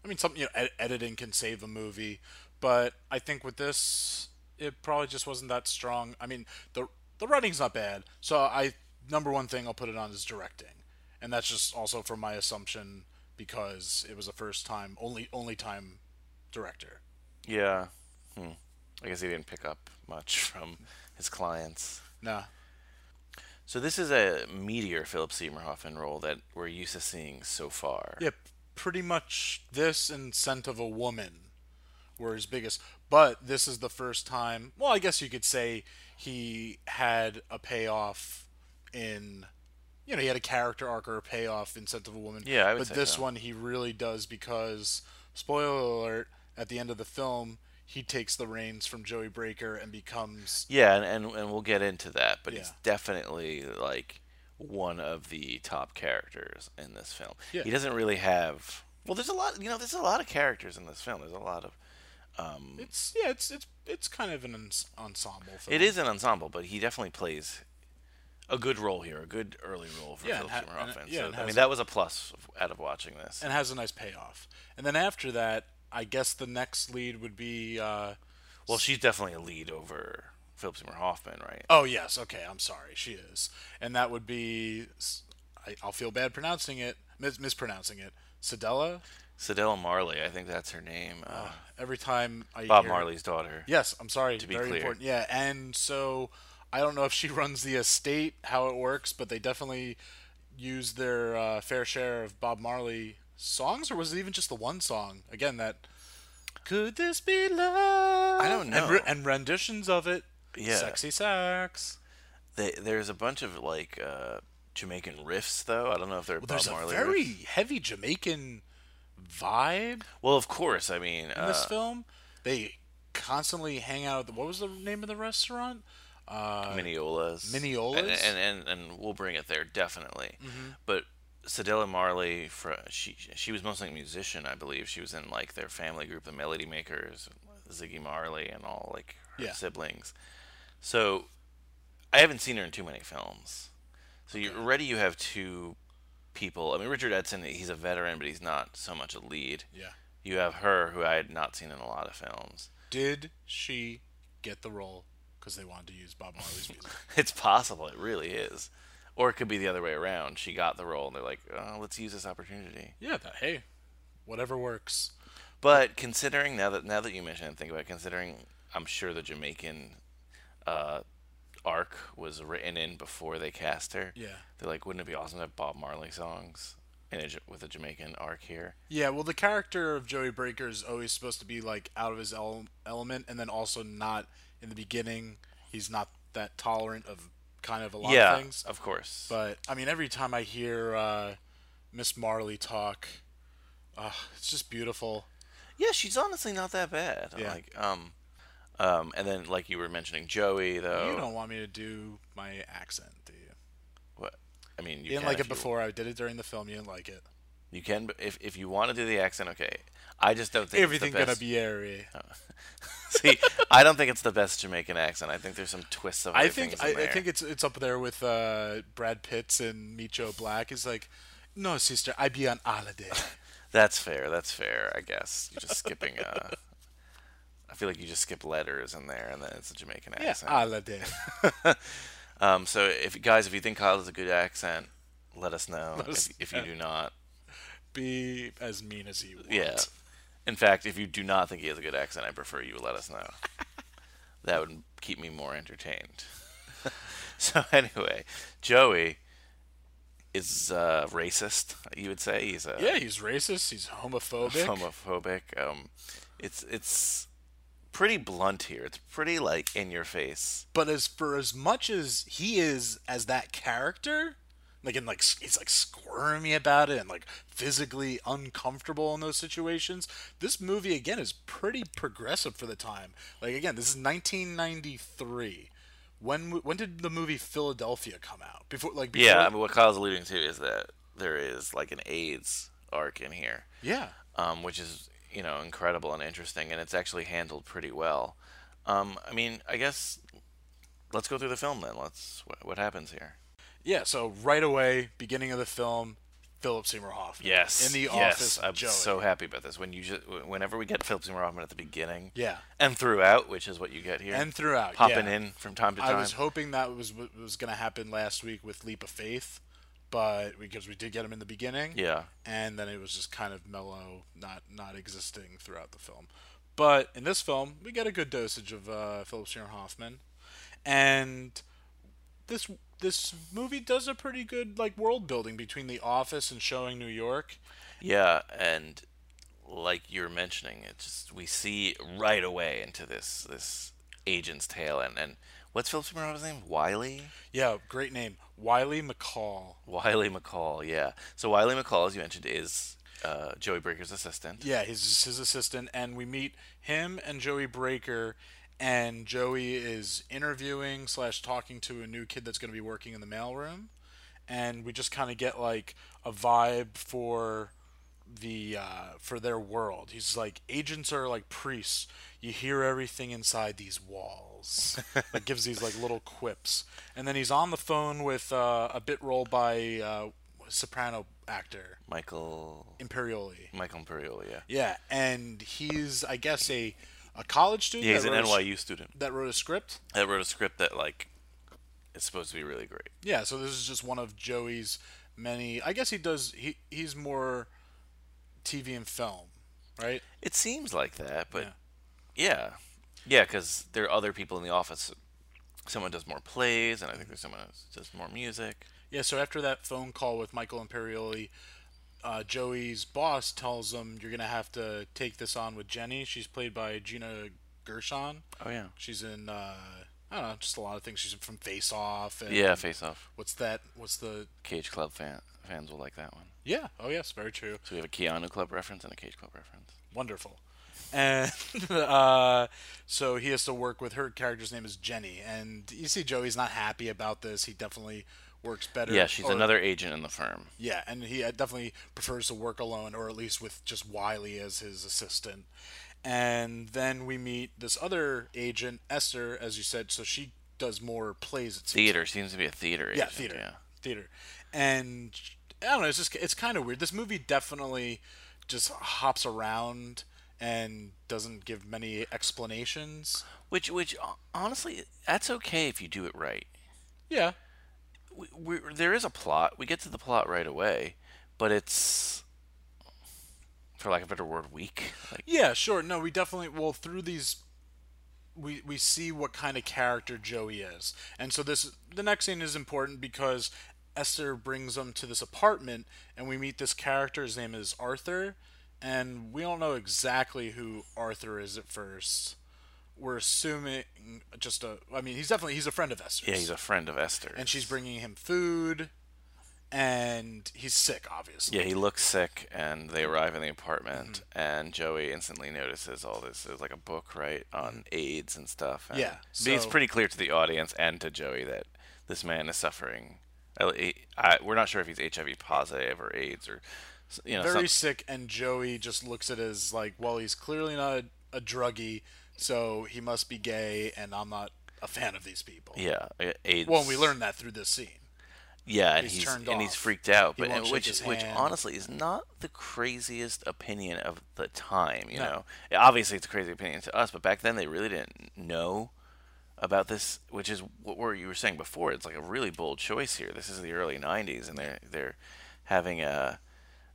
Speaker 2: I mean, something you know, ed- editing can save a movie, but I think with this, it probably just wasn't that strong. I mean, the the writing's not bad, so I number one thing I'll put it on is directing, and that's just also from my assumption because it was a first time only only time director.
Speaker 1: Yeah. Hmm. I guess he didn't pick up much from his clients.
Speaker 2: Nah,
Speaker 1: So this is a meteor Philip Seymour Hoffman role that we're used to seeing so far.
Speaker 2: Yeah, pretty much this and Scent of a Woman were his biggest. But this is the first time. Well, I guess you could say he had a payoff in. You know, he had a character arc or a payoff in Scent of a Woman.
Speaker 1: Yeah, I would
Speaker 2: But
Speaker 1: say
Speaker 2: this
Speaker 1: so.
Speaker 2: one he really does because, spoiler alert, at the end of the film, he takes the reins from Joey Breaker and becomes.
Speaker 1: Yeah, and and, and we'll get into that, but he's
Speaker 2: Yeah.
Speaker 1: definitely like one of the top characters in this film.
Speaker 2: Yeah.
Speaker 1: He doesn't really have well. There's a lot, you know. There's a lot of characters in this film. There's a lot of
Speaker 2: It's yeah, it's it's it's kind of an ens- ensemble film.
Speaker 1: it is an ensemble, but he definitely plays a good role here, a good early role for
Speaker 2: Yeah, and
Speaker 1: Philip
Speaker 2: ha-
Speaker 1: Seymour
Speaker 2: and- uh,
Speaker 1: Hoffman.
Speaker 2: yeah,
Speaker 1: so,
Speaker 2: and
Speaker 1: I
Speaker 2: has-
Speaker 1: mean, that was a plus out of watching this.
Speaker 2: and has a nice payoff. And then after that, I guess the next lead would be uh,
Speaker 1: Well, she's definitely a lead over Philip Seymour Hoffman, right?
Speaker 2: Oh yes, okay. I'm sorry. She is, and that would be. s- I, will feel bad pronouncing it, mis- mispronouncing it. Sedella.
Speaker 1: Sedella Marley, I think that's her name. Uh,
Speaker 2: Every time I
Speaker 1: Bob
Speaker 2: hear-
Speaker 1: Marley's daughter.
Speaker 2: Yes, I'm sorry.
Speaker 1: be
Speaker 2: Very
Speaker 1: clear.
Speaker 2: important. Yeah, and so I don't know if she runs the estate, how it works, but they definitely use their uh, fair share of Bob Marley songs, or was it even just the one song? Again, that could this be love?
Speaker 1: I don't know.
Speaker 2: And, re- and renditions of it.
Speaker 1: Yeah.
Speaker 2: Sexy sax.
Speaker 1: They, there's a bunch of like uh, Jamaican riffs, though. I don't know if they're
Speaker 2: Well,
Speaker 1: Bob
Speaker 2: there's a
Speaker 1: Marley.
Speaker 2: very
Speaker 1: riffs.
Speaker 2: heavy Jamaican vibe
Speaker 1: Well, of course. I mean,
Speaker 2: in this
Speaker 1: uh,
Speaker 2: film. They constantly hang out at the, what was the name of the restaurant? Uh,
Speaker 1: Mineolas.
Speaker 2: Mineolas? Mm-hmm.
Speaker 1: And, and, and, and we'll bring it there, definitely. But Sedella Marley, fr she, she was mostly a musician, I believe. She was in like their family group, the Melody Makers, Ziggy Marley, and all like her
Speaker 2: Yeah.
Speaker 1: siblings. So I haven't seen her in too many films. So you already you have two people. I mean, Richard Edson, he's a veteran, but he's not so much a lead.
Speaker 2: Yeah.
Speaker 1: You have her, who I had not seen in a lot of films.
Speaker 2: Did she get the role because they wanted to use Bob Marley's music?
Speaker 1: It's possible. It really is. Or it could be the other way around. She got the role, and they're like, oh, let's use this opportunity.
Speaker 2: yeah, that, hey, whatever works.
Speaker 1: But considering now that now that you mention it, think about it, considering I'm sure the Jamaican uh, arc was written in before they cast her.
Speaker 2: Yeah.
Speaker 1: They're like, wouldn't it be awesome to have Bob Marley songs in a, Ja- with a Jamaican arc here?
Speaker 2: Yeah, well, the character of Joey Breaker is always supposed to be like out of his ele- element, and then also not in the beginning. He's not that tolerant of kind of a lot
Speaker 1: yeah,
Speaker 2: of things.
Speaker 1: of course.
Speaker 2: But I mean, every time I hear uh, Miss Marley talk, uh, it's just beautiful.
Speaker 1: Yeah, she's honestly not that bad.
Speaker 2: Yeah.
Speaker 1: Like, um, um, and then like you were mentioning Joey though.
Speaker 2: You don't want me to do my accent, do you?
Speaker 1: What? I mean, you
Speaker 2: You didn't
Speaker 1: can
Speaker 2: like
Speaker 1: if
Speaker 2: it
Speaker 1: you-
Speaker 2: before. I did it during the film. You didn't like it.
Speaker 1: You can, but if if you want to do the accent, okay. I just don't think
Speaker 2: Everything
Speaker 1: it's the
Speaker 2: gonna
Speaker 1: best.
Speaker 2: be airy.
Speaker 1: See, I don't think it's the best Jamaican accent. I think there's some twists of.
Speaker 2: I
Speaker 1: other
Speaker 2: think
Speaker 1: things in
Speaker 2: I, I
Speaker 1: there.
Speaker 2: think it's it's up there with uh, Brad Pitt's and Micho Black. It's like, no, sister, I be on holiday.
Speaker 1: that's fair. That's fair. I guess you're just skipping. Uh, I feel like you just skip letters in there, and then it's a Jamaican
Speaker 2: yeah, uh
Speaker 1: accent.
Speaker 2: holiday.
Speaker 1: um. So if guys, if you think Kyle has a good accent, let us know.
Speaker 2: us
Speaker 1: if, if you do not,
Speaker 2: Be as mean as you want.
Speaker 1: yeah. In fact, if you do not think he has a good accent, I prefer you let us know. that would keep me more entertained. so anyway, Joey is uh, racist. You would say he's a
Speaker 2: Yeah, he's racist. He's homophobic.
Speaker 1: homophobic. Um, it's it's pretty blunt here. It's pretty like in your face.
Speaker 2: but as for as much as he is as that character like and like s- he's like squirmy about it and like physically uncomfortable in those situations this movie again is pretty progressive for the time like again this is 1993 when w- when did the movie Philadelphia come out before like before,
Speaker 1: Yeah, I mean what Kyle's alluding to is that there is like an AIDS arc in here,
Speaker 2: yeah
Speaker 1: um, which is you know incredible and interesting, and it's actually handled pretty well. Um, I mean, I guess let's go through the film then. Let's what, what happens here.
Speaker 2: yeah so right away beginning of the film Philip Seymour Hoffman
Speaker 1: Yes,
Speaker 2: in the
Speaker 1: yes,
Speaker 2: office
Speaker 1: I'm
Speaker 2: Joey.
Speaker 1: so happy about this. When you just, whenever we get Philip Seymour Hoffman at the beginning,
Speaker 2: Yeah.
Speaker 1: and throughout, which is what you get here,
Speaker 2: And throughout,
Speaker 1: popping
Speaker 2: yeah.
Speaker 1: in from time to
Speaker 2: I
Speaker 1: time.
Speaker 2: was hoping that was what was going to happen last week with Leap of Faith, but because we did get him in the beginning,
Speaker 1: Yeah.
Speaker 2: and then it was just kind of mellow, not not existing throughout the film. But in this film, we get a good dosage of uh, Philip Seymour Hoffman, and this this movie does a pretty good like world building between The Office and showing New York.
Speaker 1: Yeah, and like you're mentioning, it just we see right away into this this agent's tale, and and what's Philip Seymour Hoffman's name? Wiley.
Speaker 2: Yeah, great name, Wiley McCall.
Speaker 1: Wiley McCall. Yeah. So Wiley McCall, as you mentioned, is uh, Joey Breaker's assistant.
Speaker 2: Yeah, he's just his assistant, and we meet him and Joey Breaker, and Joey is interviewing slash talking to a new kid that's going to be working in the mailroom, and we just kind of get like a vibe for the uh, for their world. He's like agents are like priests. You hear everything inside these walls. like gives these like little quips, and then he's on the phone with uh, a bit role by uh, soprano actor
Speaker 1: Michael
Speaker 2: Imperioli.
Speaker 1: Michael Imperioli. Yeah.
Speaker 2: Yeah, and he's I guess a a college student
Speaker 1: Yeah, he's
Speaker 2: that
Speaker 1: an
Speaker 2: wrote a s-
Speaker 1: NYU student
Speaker 2: that wrote a script.
Speaker 1: that wrote a script that like is supposed to be really great.
Speaker 2: Yeah, so this is just one of Joey's many. I guess he does. He he's more TV and film, right?
Speaker 1: It seems like that, but
Speaker 2: Yeah.
Speaker 1: yeah, yeah, because there are other people in the office. Someone does more plays, and I think there's someone else who does more music.
Speaker 2: Yeah. So after that phone call with Michael Imperioli, uh, Joey's boss tells him you're gonna have to take this on with Jenny. She's played by Gina Gershon.
Speaker 1: Oh yeah,
Speaker 2: She's in uh, I don't know, just a lot of things. She's from Face Off. And
Speaker 1: yeah. Face Off.
Speaker 2: What's that? What's the?
Speaker 1: Cage Club fan, fans will like that one.
Speaker 2: Yeah. Oh yes, very true.
Speaker 1: So we have a Keanu Club reference and a Cage Club reference.
Speaker 2: wonderful. And uh, so he has to work with her character's name is Jenny, and you see Joey's not happy about this. He definitely works better.
Speaker 1: Yeah, she's
Speaker 2: or-
Speaker 1: another agent in the firm.
Speaker 2: Yeah, and he uh, definitely prefers to work alone, or at least with just Wiley as his assistant. And then we meet this other agent, Esther, as you said. So she does more plays. It seems
Speaker 1: Theater seems to be a theater
Speaker 2: yeah,
Speaker 1: agent.
Speaker 2: theater,
Speaker 1: Yeah.
Speaker 2: theater, and I don't know. It's just it's kind of weird. This movie definitely just hops around and doesn't give many explanations.
Speaker 1: Which, which hon- honestly, that's okay if you do it right.
Speaker 2: Yeah,
Speaker 1: We, we, there is a plot. We get to the plot right away, but it's, for lack of a better word, weak. Like,
Speaker 2: yeah, sure. No, we definitely well through these. We, we see what kind of character Joey is, and so this the next scene is important because Esther brings them to this apartment, and we meet this character. His name is Arthur, and we don't know exactly who Arthur is at first. we're assuming just a. I mean, he's definitely he's a friend of Esther's.
Speaker 1: yeah, he's a friend of Esther.
Speaker 2: and she's bringing him food, and he's sick, obviously.
Speaker 1: Yeah, he looks sick, and
Speaker 2: Mm-hmm.
Speaker 1: they arrive in the apartment, and Joey instantly notices all this. There's like a book, right, on AIDS and stuff. And
Speaker 2: Mm-hmm. Yeah,
Speaker 1: but it's
Speaker 2: so-
Speaker 1: pretty clear to the audience and to Joey that this man is suffering. I, I- we're not sure if he's HIV positive or AIDS or, s- you know, some-
Speaker 2: very sick, and Joey just looks at it as like, well, he's clearly not a, a druggie, so he must be gay, and I'm not a fan of these people.
Speaker 1: yeah, a- AIDS.
Speaker 2: Well, we learn that through this scene.
Speaker 1: Yeah, and
Speaker 2: he's
Speaker 1: he's,
Speaker 2: turned
Speaker 1: and he's
Speaker 2: off.
Speaker 1: freaked out,
Speaker 2: He
Speaker 1: but
Speaker 2: won't
Speaker 1: and
Speaker 2: shake
Speaker 1: which
Speaker 2: his
Speaker 1: which
Speaker 2: hand.
Speaker 1: honestly is not the craziest opinion of the time. You
Speaker 2: No.
Speaker 1: know, Yeah, obviously it's a crazy opinion to us, but back then they really didn't know about this, which is what were you were saying before. It's like a really bold choice here. This is the early '90s, and they're they're having a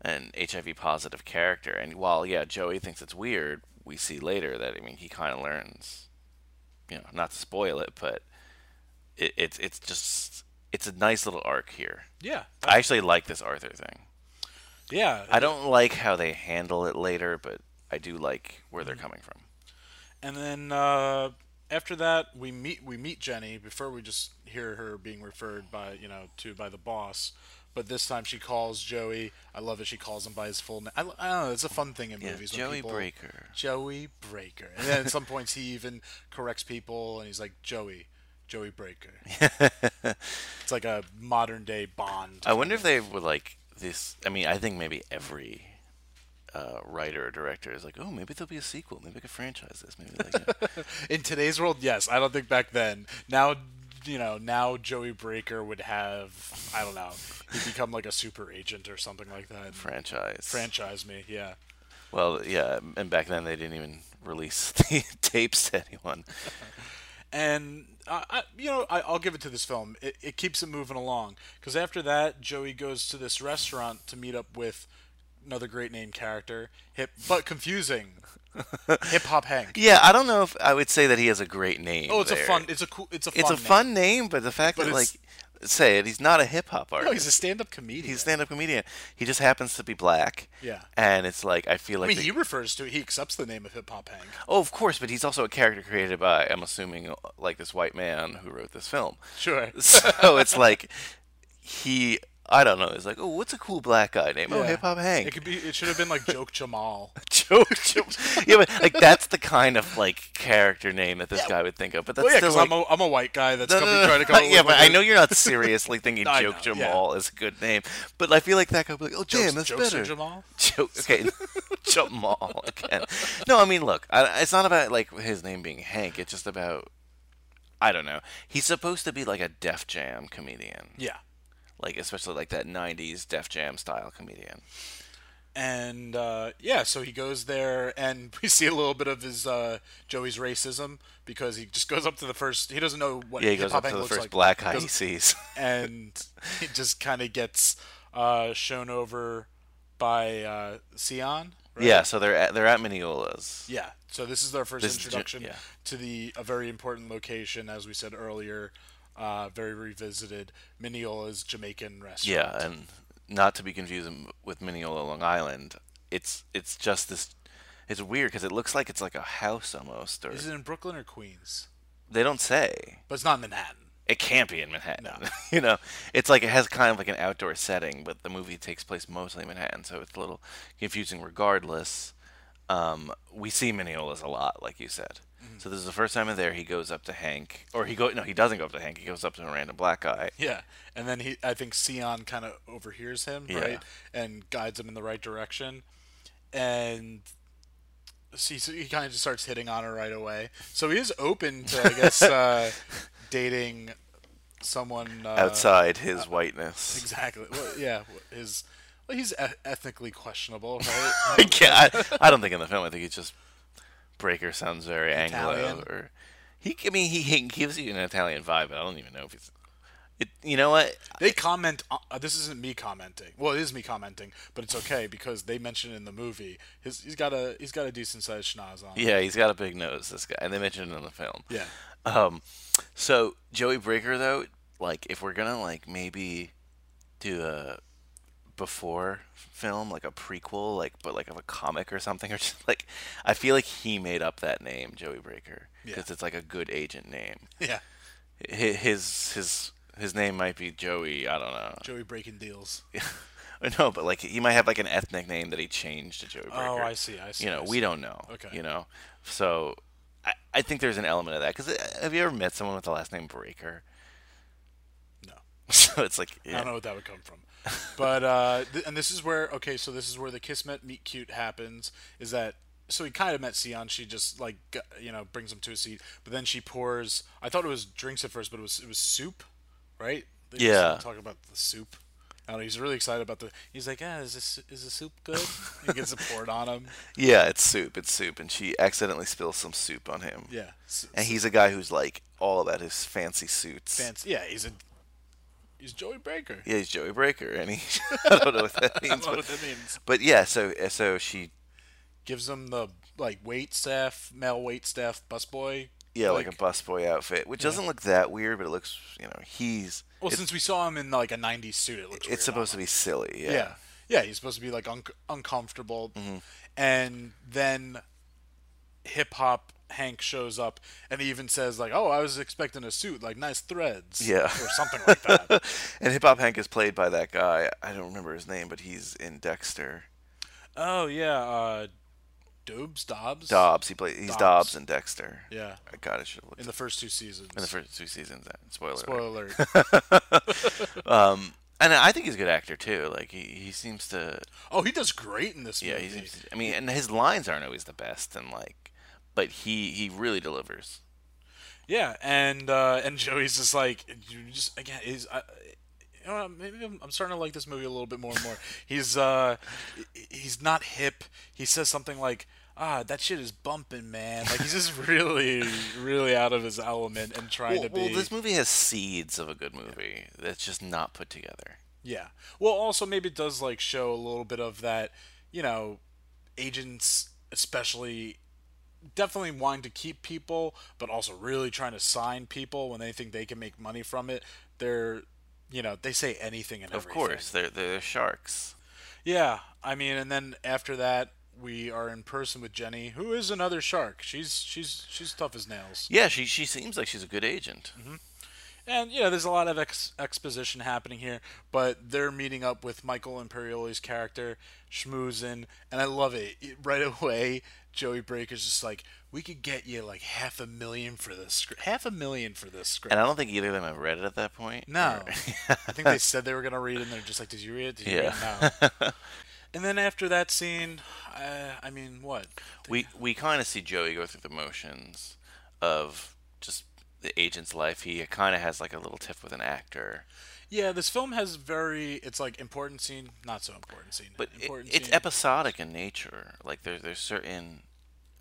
Speaker 1: an HIV positive character. And while yeah, Joey thinks it's weird, we see later that I mean he kind of learns, you know, not to spoil it, but it, it's it's just it's a nice little arc here.
Speaker 2: Yeah,
Speaker 1: I actually like this Arthur thing.
Speaker 2: yeah.
Speaker 1: I don't like how they handle it later, but I do like where
Speaker 2: Hmm.
Speaker 1: they're coming from.
Speaker 2: And then uh, after that, we meet we meet Jenny before we just hear her being referred by you know to by the boss. But this time she calls Joey. I love it. She calls him by his full name. I, I don't know. It's a fun thing in movies. when
Speaker 1: Joey
Speaker 2: people-
Speaker 1: Breaker.
Speaker 2: Joey Breaker. And then at some points he even corrects people and he's like Joey, Joey Breaker. it's like a modern day Bond.
Speaker 1: I wonder if they would like this. I mean, I think maybe every uh, writer or director is like, oh, maybe there'll be a sequel. Maybe I could franchise this. Maybe like, you know."
Speaker 2: In today's world, yes. I don't think back then. Now, you know, now Joey Breaker would have, I don't know, he'd become like a super agent or something like that.
Speaker 1: franchise.
Speaker 2: Franchise me, yeah.
Speaker 1: Well, yeah, and back then they didn't even release the tapes to anyone.
Speaker 2: And I, I you know, I, I'll give it to this film. It, it keeps it moving along because after that, Joey goes to this restaurant to meet up with another great name character, hip but confusing, hip hop Hank.
Speaker 1: Yeah, I don't know if I would say that he has a great name.
Speaker 2: Oh, it's a
Speaker 1: there.
Speaker 2: fun. It's a cool. It's a. Fun
Speaker 1: It's a
Speaker 2: name.
Speaker 1: fun name, but the fact
Speaker 2: But
Speaker 1: that like
Speaker 2: it's-
Speaker 1: say it, he's not a hip hop artist.
Speaker 2: No, he's a stand-up comedian.
Speaker 1: he's a stand-up comedian. He just happens to be black.
Speaker 2: Yeah.
Speaker 1: And it's like I feel
Speaker 2: I
Speaker 1: like
Speaker 2: mean,
Speaker 1: the-
Speaker 2: he refers to. He accepts the name of Hip Hop Hank.
Speaker 1: oh, of course, but he's also a character created by I'm assuming like this white man who wrote this film.
Speaker 2: Sure.
Speaker 1: So it's like he I don't know. It's like, oh, what's a cool black guy name? Oh,
Speaker 2: Yeah.
Speaker 1: Hip Hop Hank.
Speaker 2: It could be. It should have been like Joke Jamal.
Speaker 1: Joe, Joe. Yeah, but like that's the kind of like character name that this guy would think of. But that's
Speaker 2: Well, yeah,
Speaker 1: still
Speaker 2: because
Speaker 1: like,
Speaker 2: I'm, a, I'm a white guy that's
Speaker 1: No,
Speaker 2: gonna
Speaker 1: no,
Speaker 2: be
Speaker 1: no.
Speaker 2: trying to come. up
Speaker 1: yeah,
Speaker 2: with
Speaker 1: but
Speaker 2: like
Speaker 1: I
Speaker 2: a-
Speaker 1: know you're not seriously thinking
Speaker 2: I
Speaker 1: Joke
Speaker 2: know, yeah.
Speaker 1: Jamal is a good name, but I feel like that guy would be like, oh, damn, that's
Speaker 2: Jokes
Speaker 1: better.
Speaker 2: and Jamal.
Speaker 1: Joke, okay, Jamal again. No, I mean, look, I, it's not about like his name being Hank. It's just about, I don't know. He's supposed to be like a Def Jam comedian,
Speaker 2: Yeah.
Speaker 1: like especially like that '90s Def Jam style comedian.
Speaker 2: and uh, yeah, so he goes there, and we see a little bit of his uh, Joey's racism because he just goes up to the first. He doesn't know what
Speaker 1: Yeah, he goes
Speaker 2: hip-hop
Speaker 1: up to
Speaker 2: angle
Speaker 1: the
Speaker 2: looks
Speaker 1: first
Speaker 2: like.
Speaker 1: black guy he
Speaker 2: goes-
Speaker 1: sees.
Speaker 2: and it just kind of gets uh, shown over by uh, Sion. right?
Speaker 1: Yeah, so they're at, they're at Mineola's.
Speaker 2: Yeah. So this is their first
Speaker 1: This is ju-
Speaker 2: introduction
Speaker 1: yeah.
Speaker 2: to the a very important location, as we said earlier, uh, very revisited Mineola's Jamaican restaurant.
Speaker 1: Yeah, and not to be confused m- with Mineola, Long Island. It's it's just this. It's weird because it looks like it's like a house almost, or
Speaker 2: Is it in Brooklyn or Queens?
Speaker 1: they don't say.
Speaker 2: But it's not Manhattan.
Speaker 1: It can't be in Manhattan. you know, it's like it has kind of like an outdoor setting, but the movie takes place mostly in Manhattan, so it's a little confusing. Regardless, um, we see Mineola's a lot, like you said.
Speaker 2: Mm-hmm.
Speaker 1: So this is the first time in there he goes up to Hank, or he go no, he doesn't go up to Hank. He goes up to a random black guy.
Speaker 2: Yeah, and then he, I think Sion kind of overhears him,
Speaker 1: Yeah.
Speaker 2: right, and guides him in the right direction, and so he, so he kind of just starts hitting on her right away. So he is open to, I guess, uh, dating someone uh,
Speaker 1: outside his whiteness.
Speaker 2: Exactly. Well, yeah, his well, he's e- ethnically questionable, right?
Speaker 1: I, can't- I, I don't think in the film. I think it's just Breaker sounds very Anglo,
Speaker 2: Italian?
Speaker 1: or he. I mean, he, he gives you an Italian vibe, but I don't even know if he's. It, you know what?
Speaker 2: They comment. On, uh, this isn't me commenting. Well, it is me commenting, but it's okay because they mention it in the movie. His, he's got a he's got a decent sized schnoz on.
Speaker 1: Yeah, he's got a big nose. This guy, and they mentioned it in the film.
Speaker 2: Yeah.
Speaker 1: Um, so Joey Breaker though, like if we're gonna like maybe do a before film, like a prequel, like but like of a comic or something, or just like I feel like he made up that name, Joey Breaker, because it's like a good agent name.
Speaker 2: Yeah.
Speaker 1: hi- his his his name might be Joey. I don't know.
Speaker 2: Joey breaking deals.
Speaker 1: No, but like he might have like an ethnic name that he changed to Joey Breaker.
Speaker 2: Oh, I see, I see,
Speaker 1: You know,
Speaker 2: I
Speaker 1: we
Speaker 2: see.
Speaker 1: don't know.
Speaker 2: Okay.
Speaker 1: You know, so I, I think there's an element of that because have you ever met someone with the last name Breaker?
Speaker 2: No.
Speaker 1: So it's like
Speaker 2: I
Speaker 1: yeah.
Speaker 2: don't know what that would come from. But uh, th- and this is where okay, so this is where the kiss met meet cute happens. Is that so? He kind of met Sion. She just like g- you know brings him to a seat, but then she pours. I thought it was drinks at first, but it was it was soup, right? They just
Speaker 1: Yeah.
Speaker 2: Talk about the soup. I don't know. He's really excited about the. He's like, ah, is this is the soup good? he gets it poured on him.
Speaker 1: yeah, it's soup. It's soup, and she accidentally spills some soup on him.
Speaker 2: Yeah. S-
Speaker 1: And he's a guy who's like all about his fancy suits.
Speaker 2: fancy. Yeah, he's a. He's Joey Breaker.
Speaker 1: yeah, he's Joey Breaker, and he I don't know what that means.
Speaker 2: know
Speaker 1: but,
Speaker 2: what that means.
Speaker 1: but yeah, so uh, so she
Speaker 2: Gives him the like wait staff, male wait staff, busboy.
Speaker 1: Yeah, like, a busboy outfit, which doesn't look that weird, but it looks, you know, he's.
Speaker 2: Well,
Speaker 1: it's
Speaker 2: since we saw him in like a '90s suit, it looks.
Speaker 1: it's supposed to be silly. Yeah. Mm-hmm.
Speaker 2: Yeah. yeah, He's supposed to be like un- uncomfortable, and then hip hop Hank shows up, and he even says like, "Oh, I was expecting a suit, like nice threads,
Speaker 1: Yeah.
Speaker 2: or something like that."
Speaker 1: And Hip Hop Hank is played by that guy. I don't remember his name, but he's in Dexter.
Speaker 2: oh yeah, uh, Dobbs, Dobbs,
Speaker 1: Dobbs. He play, He's Dobbs,
Speaker 2: Dobbs.
Speaker 1: in Dexter.
Speaker 2: Yeah.
Speaker 1: I God, I should have looked
Speaker 2: in the first two seasons.
Speaker 1: in the first two seasons. uh, Spoiler. alert.
Speaker 2: Spoiler alert.
Speaker 1: And I think he's a good actor, too. Like, he, he seems to.
Speaker 2: oh, he does great in this
Speaker 1: Yeah,
Speaker 2: movie.
Speaker 1: he seems to, I mean, and his lines aren't always the best, and, like, but he, he really delivers.
Speaker 2: Yeah, and uh, and Joey's just like you just again is. I, you know, maybe I'm, I'm starting to like this movie a little bit more and more. He's uh, he- he's not hip. He says something like, "Ah, that shit is bumping, man." Like he's just really, really out of his element and trying
Speaker 1: Well,
Speaker 2: to
Speaker 1: well,
Speaker 2: be.
Speaker 1: this movie has seeds of a good movie that's just not put together.
Speaker 2: Yeah. Well, also maybe it does like show a little bit of that, you know, agents especially definitely wanting to keep people, but also really trying to sign people when they think they can make money from it. They're, you know, they say anything and
Speaker 1: Of
Speaker 2: everything.
Speaker 1: course, they're, they're sharks.
Speaker 2: Yeah. I mean, and then after that, we are in person with Jenny, who is another shark. She's she's she's tough as nails.
Speaker 1: Yeah, she she seems like she's a good agent.
Speaker 2: Mm-hmm. And you know, there's a lot of ex- exposition happening here, but they're meeting up with Michael Imperioli's character, schmoozing, and I love it. It- Right away, Joey Breaker's just like, "We could get you like half a million for this script. Half a million for this script."
Speaker 1: And I don't think either of them have read it at that point.
Speaker 2: no, I think they said they were gonna read, it, and they're just like, "Did you read it? Did you read it?" No. and then after that scene, uh, I mean, what?
Speaker 1: We we kind of see Joey go through the motions of just the agent's life. He kind of has like a little tiff with an actor.
Speaker 2: Yeah, this film has very it's like important scene, not so important scene.
Speaker 1: But it,
Speaker 2: important
Speaker 1: it's
Speaker 2: scene.
Speaker 1: episodic in nature. Like there's there's certain,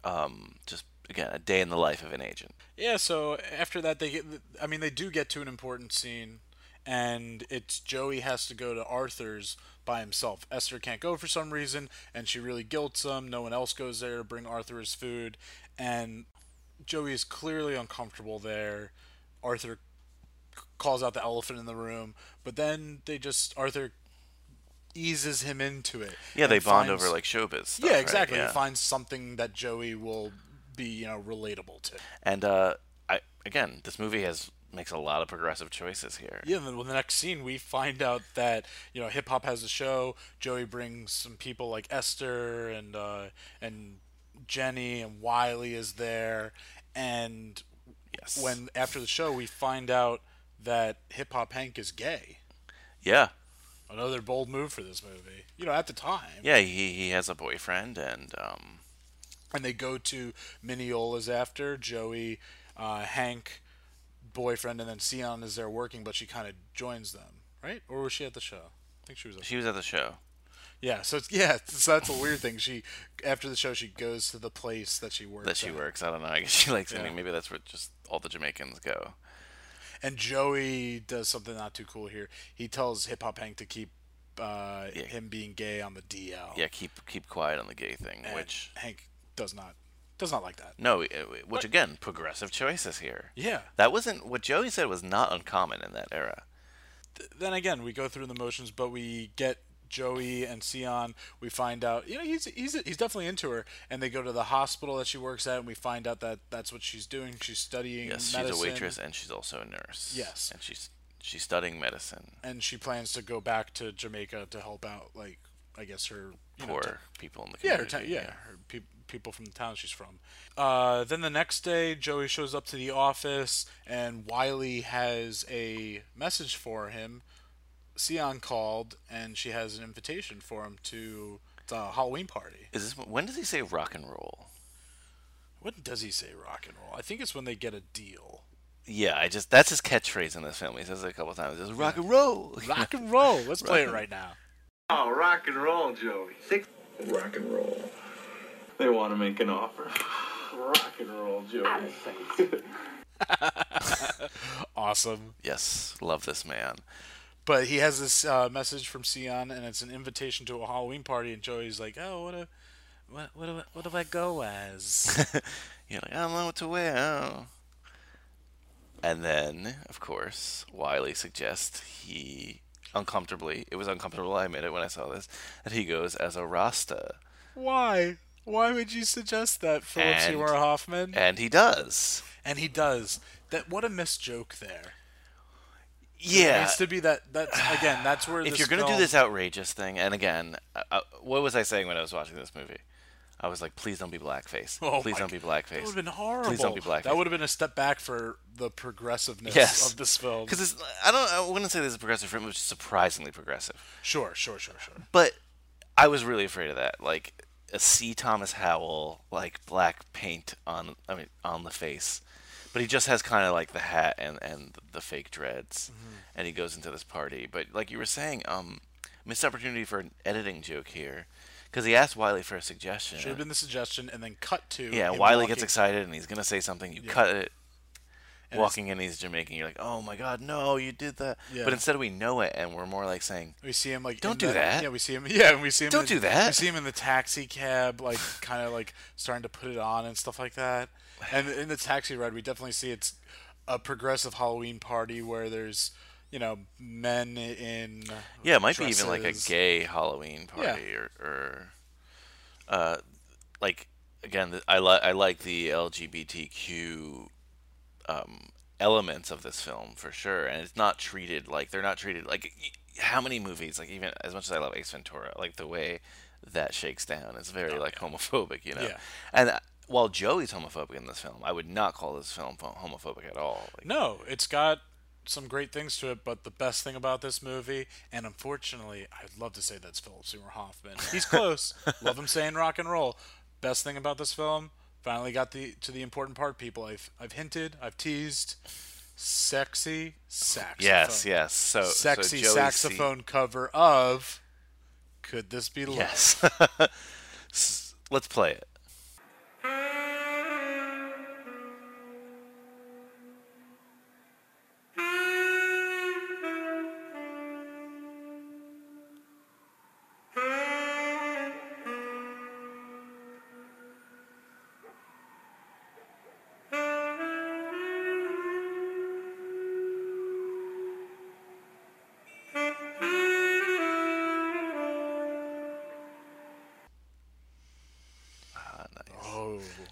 Speaker 1: um, just again a day in the life of an agent.
Speaker 2: Yeah, so after that, they get. I mean, they do get to an important scene, and it's Joey has to go to Arthur's by himself. Esther can't go for some reason, and she really guilts him. No one else goes there to bring Arthur his food, and Joey is clearly uncomfortable there. Arthur c- calls out the elephant in the room, but then they just Arthur eases him into it.
Speaker 1: Yeah, they
Speaker 2: and
Speaker 1: bond
Speaker 2: finds-
Speaker 1: over like showbiz. Stuff,
Speaker 2: yeah,
Speaker 1: right?
Speaker 2: exactly.
Speaker 1: Yeah.
Speaker 2: He finds something that Joey will be you know relatable to.
Speaker 1: And uh, I again, this movie has makes a lot of progressive choices here.
Speaker 2: Yeah, and then well, the next scene we find out that you know hip hop has a show. Joey brings some people like Esther and uh, and Jenny and Wiley is there, and
Speaker 1: Yes.
Speaker 2: when after the show we find out that hip hop Hank is gay.
Speaker 1: yeah,
Speaker 2: Another bold move for this movie. You know, at the time,
Speaker 1: yeah, he he has a boyfriend and um,
Speaker 2: and they go to Mineola's after Joey, uh, Hank, boyfriend, and then Sion is there working, but she kind of joins them, right? Or was she at the show? I think she was. At the
Speaker 1: she was at the show.
Speaker 2: Yeah, so it's, yeah, so that's a weird thing. She after the show, she goes to the place that she works.
Speaker 1: That she
Speaker 2: at.
Speaker 1: works. I don't know. I guess she likes. I
Speaker 2: Yeah.
Speaker 1: mean, maybe that's where just all the Jamaicans go.
Speaker 2: And Joey does something not too cool here. He tells Hip Hop Hank to keep uh,
Speaker 1: Yeah.
Speaker 2: him being gay on the DL.
Speaker 1: Yeah, keep keep quiet on the gay thing,
Speaker 2: And
Speaker 1: which
Speaker 2: Hank does not does not like that.
Speaker 1: no, uh, which again, progressive choices here.
Speaker 2: Yeah.
Speaker 1: That wasn't what Joey said was not uncommon in that era.
Speaker 2: Then again, we go through the motions, but we get Joey and Sion. We find out you know he's he's he's definitely into her, and they go to the hospital that she works at, and we find out that that's what she's doing. She's studying.
Speaker 1: Yes,
Speaker 2: medicine.
Speaker 1: she's a waitress and she's also a nurse.
Speaker 2: Yes.
Speaker 1: and she's she's studying medicine.
Speaker 2: and she plans to go back to Jamaica to help out, like I guess her you know,
Speaker 1: Poor
Speaker 2: ta-
Speaker 1: people in the
Speaker 2: yeah, her
Speaker 1: community.
Speaker 2: ta- yeah, her peop people from the town she's from. Uh, then the next day, Joey shows up to the office, and Wiley has a message for him. Sion called, and she has an invitation for him to the Halloween party.
Speaker 1: Is this when does he say rock and roll?
Speaker 2: When does he say rock and roll? I think it's when they get a deal.
Speaker 1: Yeah, I just that's his catchphrase in this film. He says it a couple times. It's rock and roll.
Speaker 2: Rock and roll. Let's play it right now.
Speaker 3: Oh, rock and roll, Joey. Six. Rock and roll. They want to make an offer. Rock and roll, Joey.
Speaker 2: Awesome.
Speaker 1: yes, love this man.
Speaker 2: but he has this uh, message from Sion, and it's an invitation to a Halloween party. And Joey's like, "Oh, what a, what, what, do I- what do I go as?"
Speaker 1: You're like, I don't know what to wear. oh." And then, of course, Wiley suggests he uncomfortably, it was uncomfortable, I admit it when I saw this, that he goes as a Rasta.
Speaker 2: Why? Why would you suggest that, Philip
Speaker 1: And-
Speaker 2: Seymour Hoffman?
Speaker 1: And he does.
Speaker 2: And he does. That what a missed joke there. It
Speaker 1: Yeah.
Speaker 2: needs to be that. That's again. That's where
Speaker 1: If
Speaker 2: this
Speaker 1: you're going to do
Speaker 2: film-
Speaker 1: this outrageous thing, and again, uh, uh, what was I saying when I was watching this movie? I was like, please don't be blackface.
Speaker 2: Oh
Speaker 1: please
Speaker 2: my
Speaker 1: don't be
Speaker 2: g-
Speaker 1: blackface.
Speaker 2: That would have been horrible.
Speaker 1: Please don't be blackface.
Speaker 2: That would have been a step back for the progressiveness
Speaker 1: yes.
Speaker 2: of this film.
Speaker 1: Because I don't, I wouldn't say this is a progressive film, which is surprisingly progressive.
Speaker 2: Sure, sure, sure, sure.
Speaker 1: But I was really afraid of that. Like a C. Thomas Howell, like black paint on I mean on the face. But he just has kind of like the hat and and the fake dreads,
Speaker 2: Mm-hmm.
Speaker 1: and he goes into this party. But like you were saying, um, missed opportunity for an editing joke here, because he asked Wiley for a suggestion.
Speaker 2: Should have been the suggestion, and then cut to
Speaker 1: yeah,
Speaker 2: him
Speaker 1: Wiley
Speaker 2: walking-
Speaker 1: gets excited and he's gonna say something. You cut it.
Speaker 2: and it's-
Speaker 1: Walking in, he's Jamaican. You're like, oh my god, no, you did that.
Speaker 2: Yeah.
Speaker 1: But instead, we know it, and we're more like saying,
Speaker 2: We see him like
Speaker 1: Don't
Speaker 2: in
Speaker 1: do
Speaker 2: the-
Speaker 1: that.
Speaker 2: Yeah, we see him. Yeah, and we see him.
Speaker 1: Don't
Speaker 2: in-
Speaker 1: do that.
Speaker 2: We see him in the taxi cab, like kind of like starting to put it on and stuff like that. And in the taxi ride, we definitely see it's a progressive Halloween party where there's you know men in
Speaker 1: Yeah, it might be even like a
Speaker 2: dresses.
Speaker 1: gay Halloween party or, or uh, like again, th- I like I like the LGBTQ um, elements of this film for sure, and it's not treated like they're not treated like y- how many movies like even as much as I love Ace Ventura, like the way that shakes down is very like homophobic, you know.
Speaker 2: Oh, Yeah.
Speaker 1: And uh, while Joey's homophobic in this film, I would not call this film pho- homophobic at all. Like,
Speaker 2: No, it's got some great things to it, but the best thing about this movie, and unfortunately, I'd love to say that's Philip Seymour Hoffman. He's close. love him saying rock and roll. Best thing about this film, finally got the to the important part, people. I've I've hinted, I've teased. Sexy saxophone.
Speaker 1: Yes, yes. So so
Speaker 2: Sexy
Speaker 1: Joey C-
Speaker 2: saxophone cover of Could This Be Love?
Speaker 1: Yes. S- Let's play it.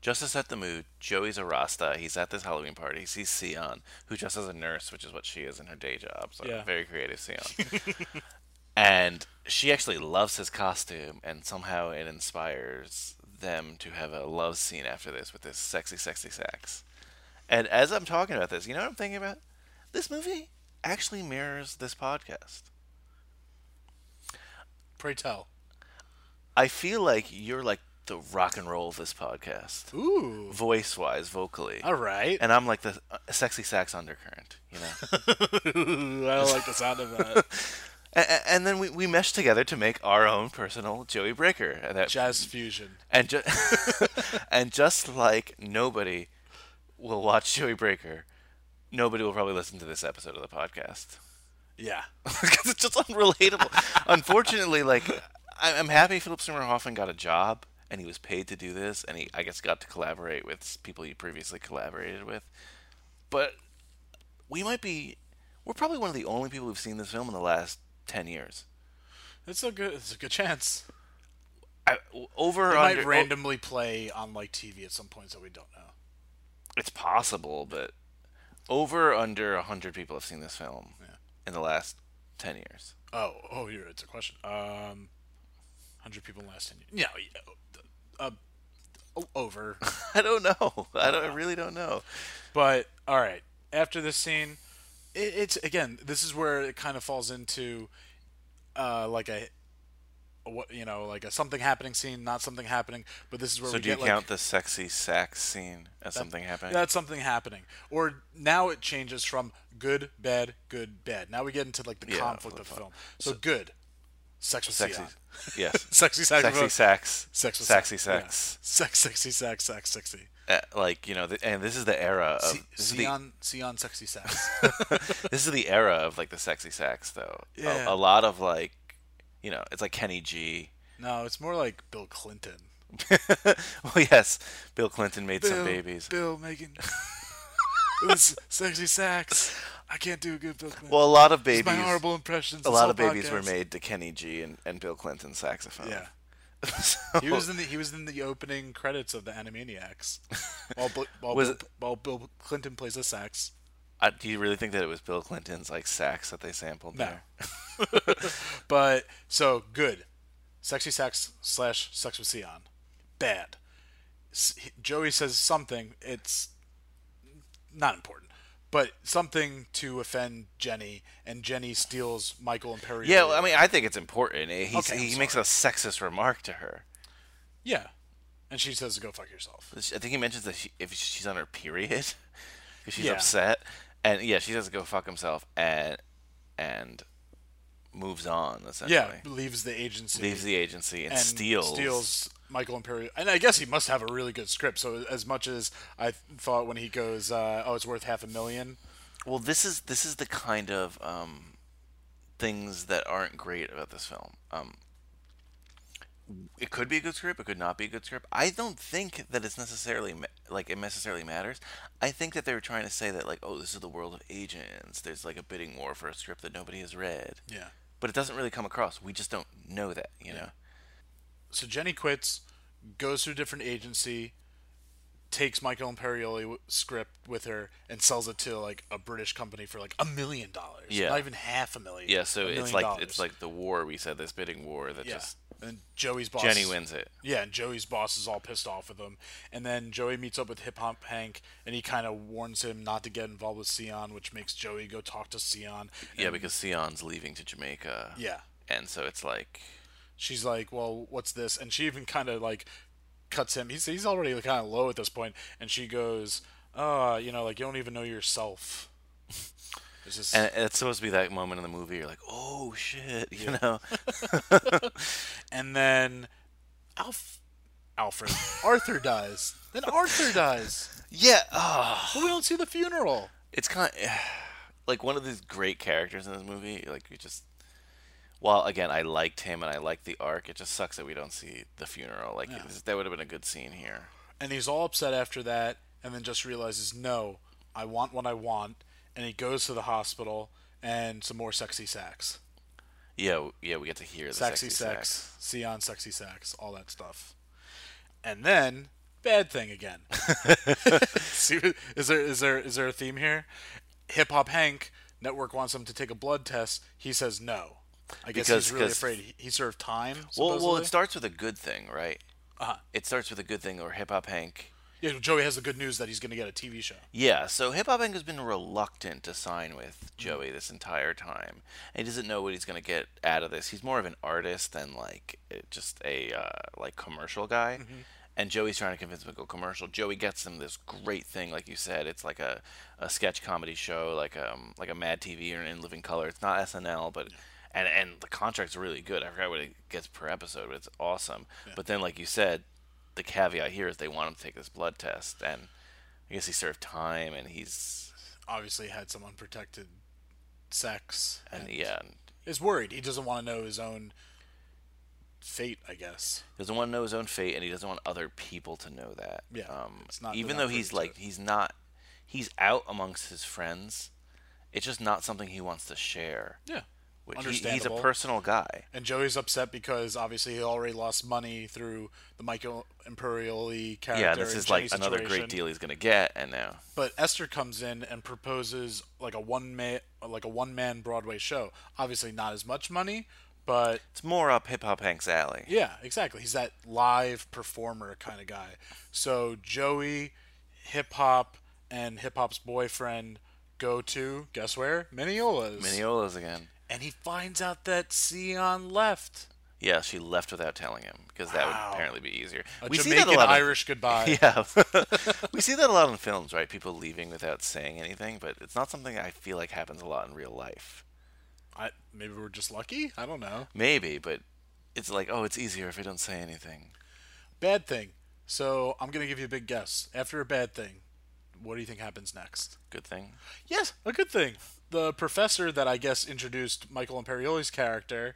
Speaker 1: Just to set the mood, Joey's a Rasta. He's at this Halloween party. He sees Sion, who just as a nurse, which is what she is in her day job. So
Speaker 2: Yeah.
Speaker 1: very creative Sion. and she actually loves his costume, and somehow it inspires them to have a love scene after this with this sexy, sexy sax. And as I'm talking about this, you know what I'm thinking about? This movie actually mirrors this podcast.
Speaker 2: Pray tell.
Speaker 1: I feel like you're like the rock and roll of this podcast,
Speaker 2: Ooh.
Speaker 1: voice wise, vocally.
Speaker 2: All right.
Speaker 1: and I'm like the uh, sexy sax undercurrent, you know.
Speaker 2: Ooh, I don't like the sound of that.
Speaker 1: and, and then we, we mesh together to make our own personal Joey Breaker, and that
Speaker 2: Jazz fusion.
Speaker 1: and just and just like nobody will watch Joey Breaker, nobody will probably listen to this episode of the podcast
Speaker 2: Yeah.
Speaker 1: because it's just unrelatable. Unfortunately, like I, I'm happy Philip Seymour Hoffman got a job and he was paid to do this, and he I guess got to collaborate with s- people he previously collaborated with. But we might be, we're probably one of the only people who've seen this film in the last ten years.
Speaker 2: It's a good it's a good chance.
Speaker 1: I, over or
Speaker 2: It might
Speaker 1: under- oh.
Speaker 2: randomly play on like TV at some points that we don't know.
Speaker 1: it's possible, but over or under hundred people have seen this film in the last ten years.
Speaker 2: Oh, oh, here it's a question. Um, hundred people in the last ten years. No, yeah, uh, uh, over.
Speaker 1: I don't know. I don't. I really don't know.
Speaker 2: but all right, after this scene, it, it's again. This is where it kind of falls into, uh, like a, a what you know, like a something happening scene, not something happening. But this is where
Speaker 1: So
Speaker 2: we
Speaker 1: do you
Speaker 2: get
Speaker 1: count
Speaker 2: like
Speaker 1: the sexy sax scene as something happening?
Speaker 2: that's something happening. Or now it changes from good, bad, good, bad. Now we get into like the
Speaker 1: Yeah,
Speaker 2: conflict of the film. So, good, sex with
Speaker 1: Sexy.
Speaker 2: Sion.
Speaker 1: Yes. sexy
Speaker 2: Sexy saxophone.
Speaker 1: sax.
Speaker 2: Sex with
Speaker 1: sexy
Speaker 2: sex.
Speaker 1: sex.
Speaker 2: Sex, sexy sex, sex, sexy.
Speaker 1: Uh, like you know, the, and this is the era of
Speaker 2: C-
Speaker 1: this, is Um, the,
Speaker 2: Sion, Sion, sexy sex.
Speaker 1: this is the era of like the sexy sax though. A-
Speaker 2: Yeah.
Speaker 1: A, lot of like, you know, it's like Kenny G.
Speaker 2: no, it's more like Bill Clinton.
Speaker 1: well, yes, Bill Clinton made
Speaker 2: Bill,
Speaker 1: some babies.
Speaker 2: Bill making this sexy sax. I can't do a good Bill Clinton.
Speaker 1: Well, a lot of
Speaker 2: It's
Speaker 1: babies.
Speaker 2: my horrible impressions.
Speaker 1: a
Speaker 2: this
Speaker 1: lot
Speaker 2: whole
Speaker 1: of babies were
Speaker 2: podcast.
Speaker 1: made to Kenny G and, and Bill Clinton saxophone.
Speaker 2: Yeah.
Speaker 1: So-
Speaker 2: He was in the he was in the opening credits of the Animaniacs. While, Bl- while,
Speaker 1: Was
Speaker 2: Bill,
Speaker 1: it-
Speaker 2: while Bill Clinton plays a sax.
Speaker 1: I- do you really think that it was Bill Clinton's like sax that they sampled
Speaker 2: No.
Speaker 1: there?
Speaker 2: But so good, sexy sex slash sex with Sion, bad. S- he- Joey says something. It's not important, but something to offend Jenny, and Jenny steals Michael and Perry.
Speaker 1: Yeah, well, I mean, I think it's important. He, he's-
Speaker 2: Okay, I'm
Speaker 1: he makes a sexist remark to her.
Speaker 2: yeah, and she says, "Go fuck yourself."
Speaker 1: I think he mentions that she, if she's on her period, because she's
Speaker 2: Yeah.
Speaker 1: upset, and yeah, she doesn't go fuck himself, and and moves on essentially.
Speaker 2: Yeah, leaves the agency.
Speaker 1: leaves the agency and,
Speaker 2: and
Speaker 1: steals.
Speaker 2: steals Michael Imperio. And I guess he must have a really good script. So as much as I thought when he goes, uh, "Oh, it's worth half a million.
Speaker 1: Well, this is this is the kind of um, things that aren't great about this film. Um, it could be a good script. It could not be a good script. I don't think that it's necessarily ma- like it necessarily matters. I think that they were trying to say that like, oh, this is the world of agents. There's like a bidding war for a script that nobody has read.
Speaker 2: Yeah.
Speaker 1: But it doesn't really come across. We just don't know that, you know.
Speaker 2: so Jenny quits, goes to a different agency, takes Michael Imperioli w- script with her, and sells it to like a British company for like a million dollars.
Speaker 1: Yeah.
Speaker 2: not even half a million.
Speaker 1: Yeah, so
Speaker 2: A
Speaker 1: it's
Speaker 2: million
Speaker 1: like
Speaker 2: dollars.
Speaker 1: it's like the war we said this bidding war that
Speaker 2: yeah.
Speaker 1: just
Speaker 2: and Joey's boss
Speaker 1: Jenny wins it.
Speaker 2: Yeah, and Joey's boss is all pissed off with him, and then Joey meets up with Hip Hop Hank, and he kind of warns him not to get involved with Sion, which makes Joey go talk to Sion.
Speaker 1: Yeah, because Sion's leaving to Jamaica.
Speaker 2: Yeah,
Speaker 1: And so it's like
Speaker 2: she's like, "Well, what's this?" And she even kind of like cuts him. He's he's "Ah, already kind of low at this point, and she goes, "Uh, you know, like you don't even know yourself." It's just,
Speaker 1: And it's supposed to be that moment in the movie you're like, oh shit, you know?
Speaker 2: and then Alf, Alfred, Arthur dies. Then Arthur dies.
Speaker 1: Yeah, ah.
Speaker 2: But we don't see the funeral.
Speaker 1: it's kind of like one of these great characters in this movie. Like, you just. While again, I liked him and I liked the arc. It just sucks that we don't see the funeral. Like, this- that would have been a good scene here.
Speaker 2: and he's all upset after that and then just realizes no i want what i want and he goes to the hospital and some more sexy sax
Speaker 1: Yeah, w- yeah, we get to hear the
Speaker 2: sexy sex Sion sexy sax all that stuff and then bad thing again See, is there is there is there a theme here hip hop hank network wants him to take a blood test he says no i
Speaker 1: Because-
Speaker 2: guess he's really
Speaker 1: because-
Speaker 2: afraid he, he served time
Speaker 1: Well, well,
Speaker 2: supposedly.
Speaker 1: it starts with a good thing, right? Uh-huh. It starts with a good thing, or Hip Hop Hank.
Speaker 2: yeah, joey has the good news that he's going to get a tv show
Speaker 1: Yeah, so Hip Hop Hank has been reluctant to sign with Joey this entire time. And he doesn't know what he's going to get out of this. He's more of an artist than like eh, just a uh, like commercial guy. And Joey's trying to convince him to go commercial. Joey gets him this great thing, like you said. It's like a, a sketch comedy show, like um like a Mad TV or in Living Color. It's not SNL, but and and the contract's really good. I forgot what it gets per episode, but it's awesome. But then, like you said, the caveat here is they want him to take this blood test, and I guess he served time, and he's
Speaker 2: obviously had some unprotected sex
Speaker 1: and yeah, and
Speaker 2: is worried. He doesn't want to know his own fate, I guess.
Speaker 1: he doesn't want to know his own fate, and he doesn't want other people to know that.
Speaker 2: Yeah,
Speaker 1: um,
Speaker 2: it's not-
Speaker 1: even
Speaker 2: they're not
Speaker 1: though he's
Speaker 2: privy to
Speaker 1: like
Speaker 2: it.
Speaker 1: he's not he's out amongst his friends. It's just not something he wants to share.
Speaker 2: Yeah.
Speaker 1: Which he- he's a
Speaker 2: Understandable.
Speaker 1: personal guy.
Speaker 2: And Joey's upset because obviously he already lost money through the Michael Imperioli character.
Speaker 1: Yeah, this
Speaker 2: and
Speaker 1: is like
Speaker 2: Jenny's
Speaker 1: another
Speaker 2: situation.
Speaker 1: great deal he's gonna get, and now
Speaker 2: But Esther comes in and proposes like a one man like a one man Broadway show. Obviously not as much money, but
Speaker 1: it's more up Hip Hop Hank's alley.
Speaker 2: Yeah, exactly. He's that live performer kind of guy. So Joey, hip hop, and hip hop's boyfriend go to guess where? Mineola's.
Speaker 1: Mineola's again.
Speaker 2: and he finds out that Sion left.
Speaker 1: Yeah, she left without telling him because that would apparently be easier.
Speaker 2: A
Speaker 1: we see
Speaker 2: Jamaican
Speaker 1: that a lot. in-
Speaker 2: Irish goodbye.
Speaker 1: yeah, we see that a lot in films, right? People leaving without saying anything, but it's not something I feel like happens a lot in real life.
Speaker 2: I, maybe we're just lucky. I don't know.
Speaker 1: Maybe, but it's like, oh, it's easier if I don't say anything.
Speaker 2: Bad thing. So I'm gonna give you a big guess. After a bad thing, what do you think happens next?
Speaker 1: Good thing.
Speaker 2: Yes, a good thing. The professor that I guess introduced Michael Imperioli's character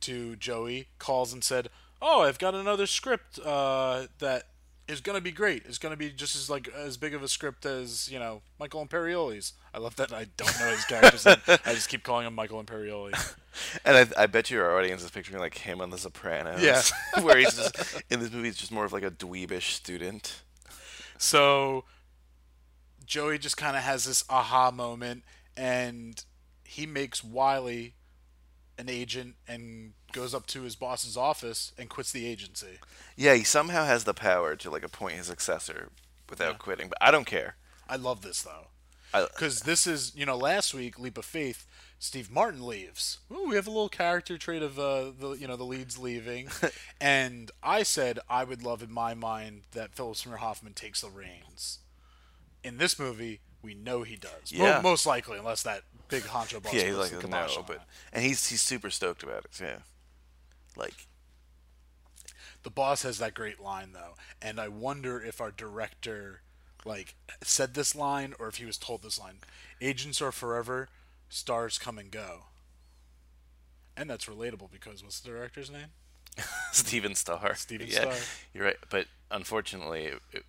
Speaker 2: to Joey calls and said, "Oh, I've got another script uh, that is going to be great. It's going to be just as like as big of a script as you know Michael Imperioli's." I love that I don't know his character's name. I just keep calling him Michael Imperioli.
Speaker 1: And I, I bet you our audience is picturing like him on The Sopranos.
Speaker 2: Yeah.
Speaker 1: where he's just in this movie, he's just more of like a dweebish student.
Speaker 2: So Joey just kind of has this aha moment, and he makes Wiley an agent and goes up to his boss's office and quits the agency.
Speaker 1: Yeah, he somehow has the power to like appoint his successor without quitting, but I don't care.
Speaker 2: I love this though,
Speaker 1: I,
Speaker 2: because this is you know last week leap of faith. Steve Martin leaves. Ooh, we have a little character trait of uh, the you know the leads leaving, and I said I would love in my mind that Philip Seymour Hoffman takes the reins. In this movie, we know he does. Mo-
Speaker 1: Yeah.
Speaker 2: most likely, unless that big honcho boss.
Speaker 1: yeah, he's
Speaker 2: puts
Speaker 1: like
Speaker 2: the
Speaker 1: no,
Speaker 2: kibosh on
Speaker 1: but
Speaker 2: it.
Speaker 1: and he's he's super stoked about it. Yeah, like
Speaker 2: the boss has that great line though, and I wonder if our director like said this line or if he was told this line. Agents are forever, stars come and go. And that's relatable because what's the director's name?
Speaker 1: Steven Starr.
Speaker 2: Steven
Speaker 1: yeah,
Speaker 2: Starr.
Speaker 1: You're right, but unfortunately, it,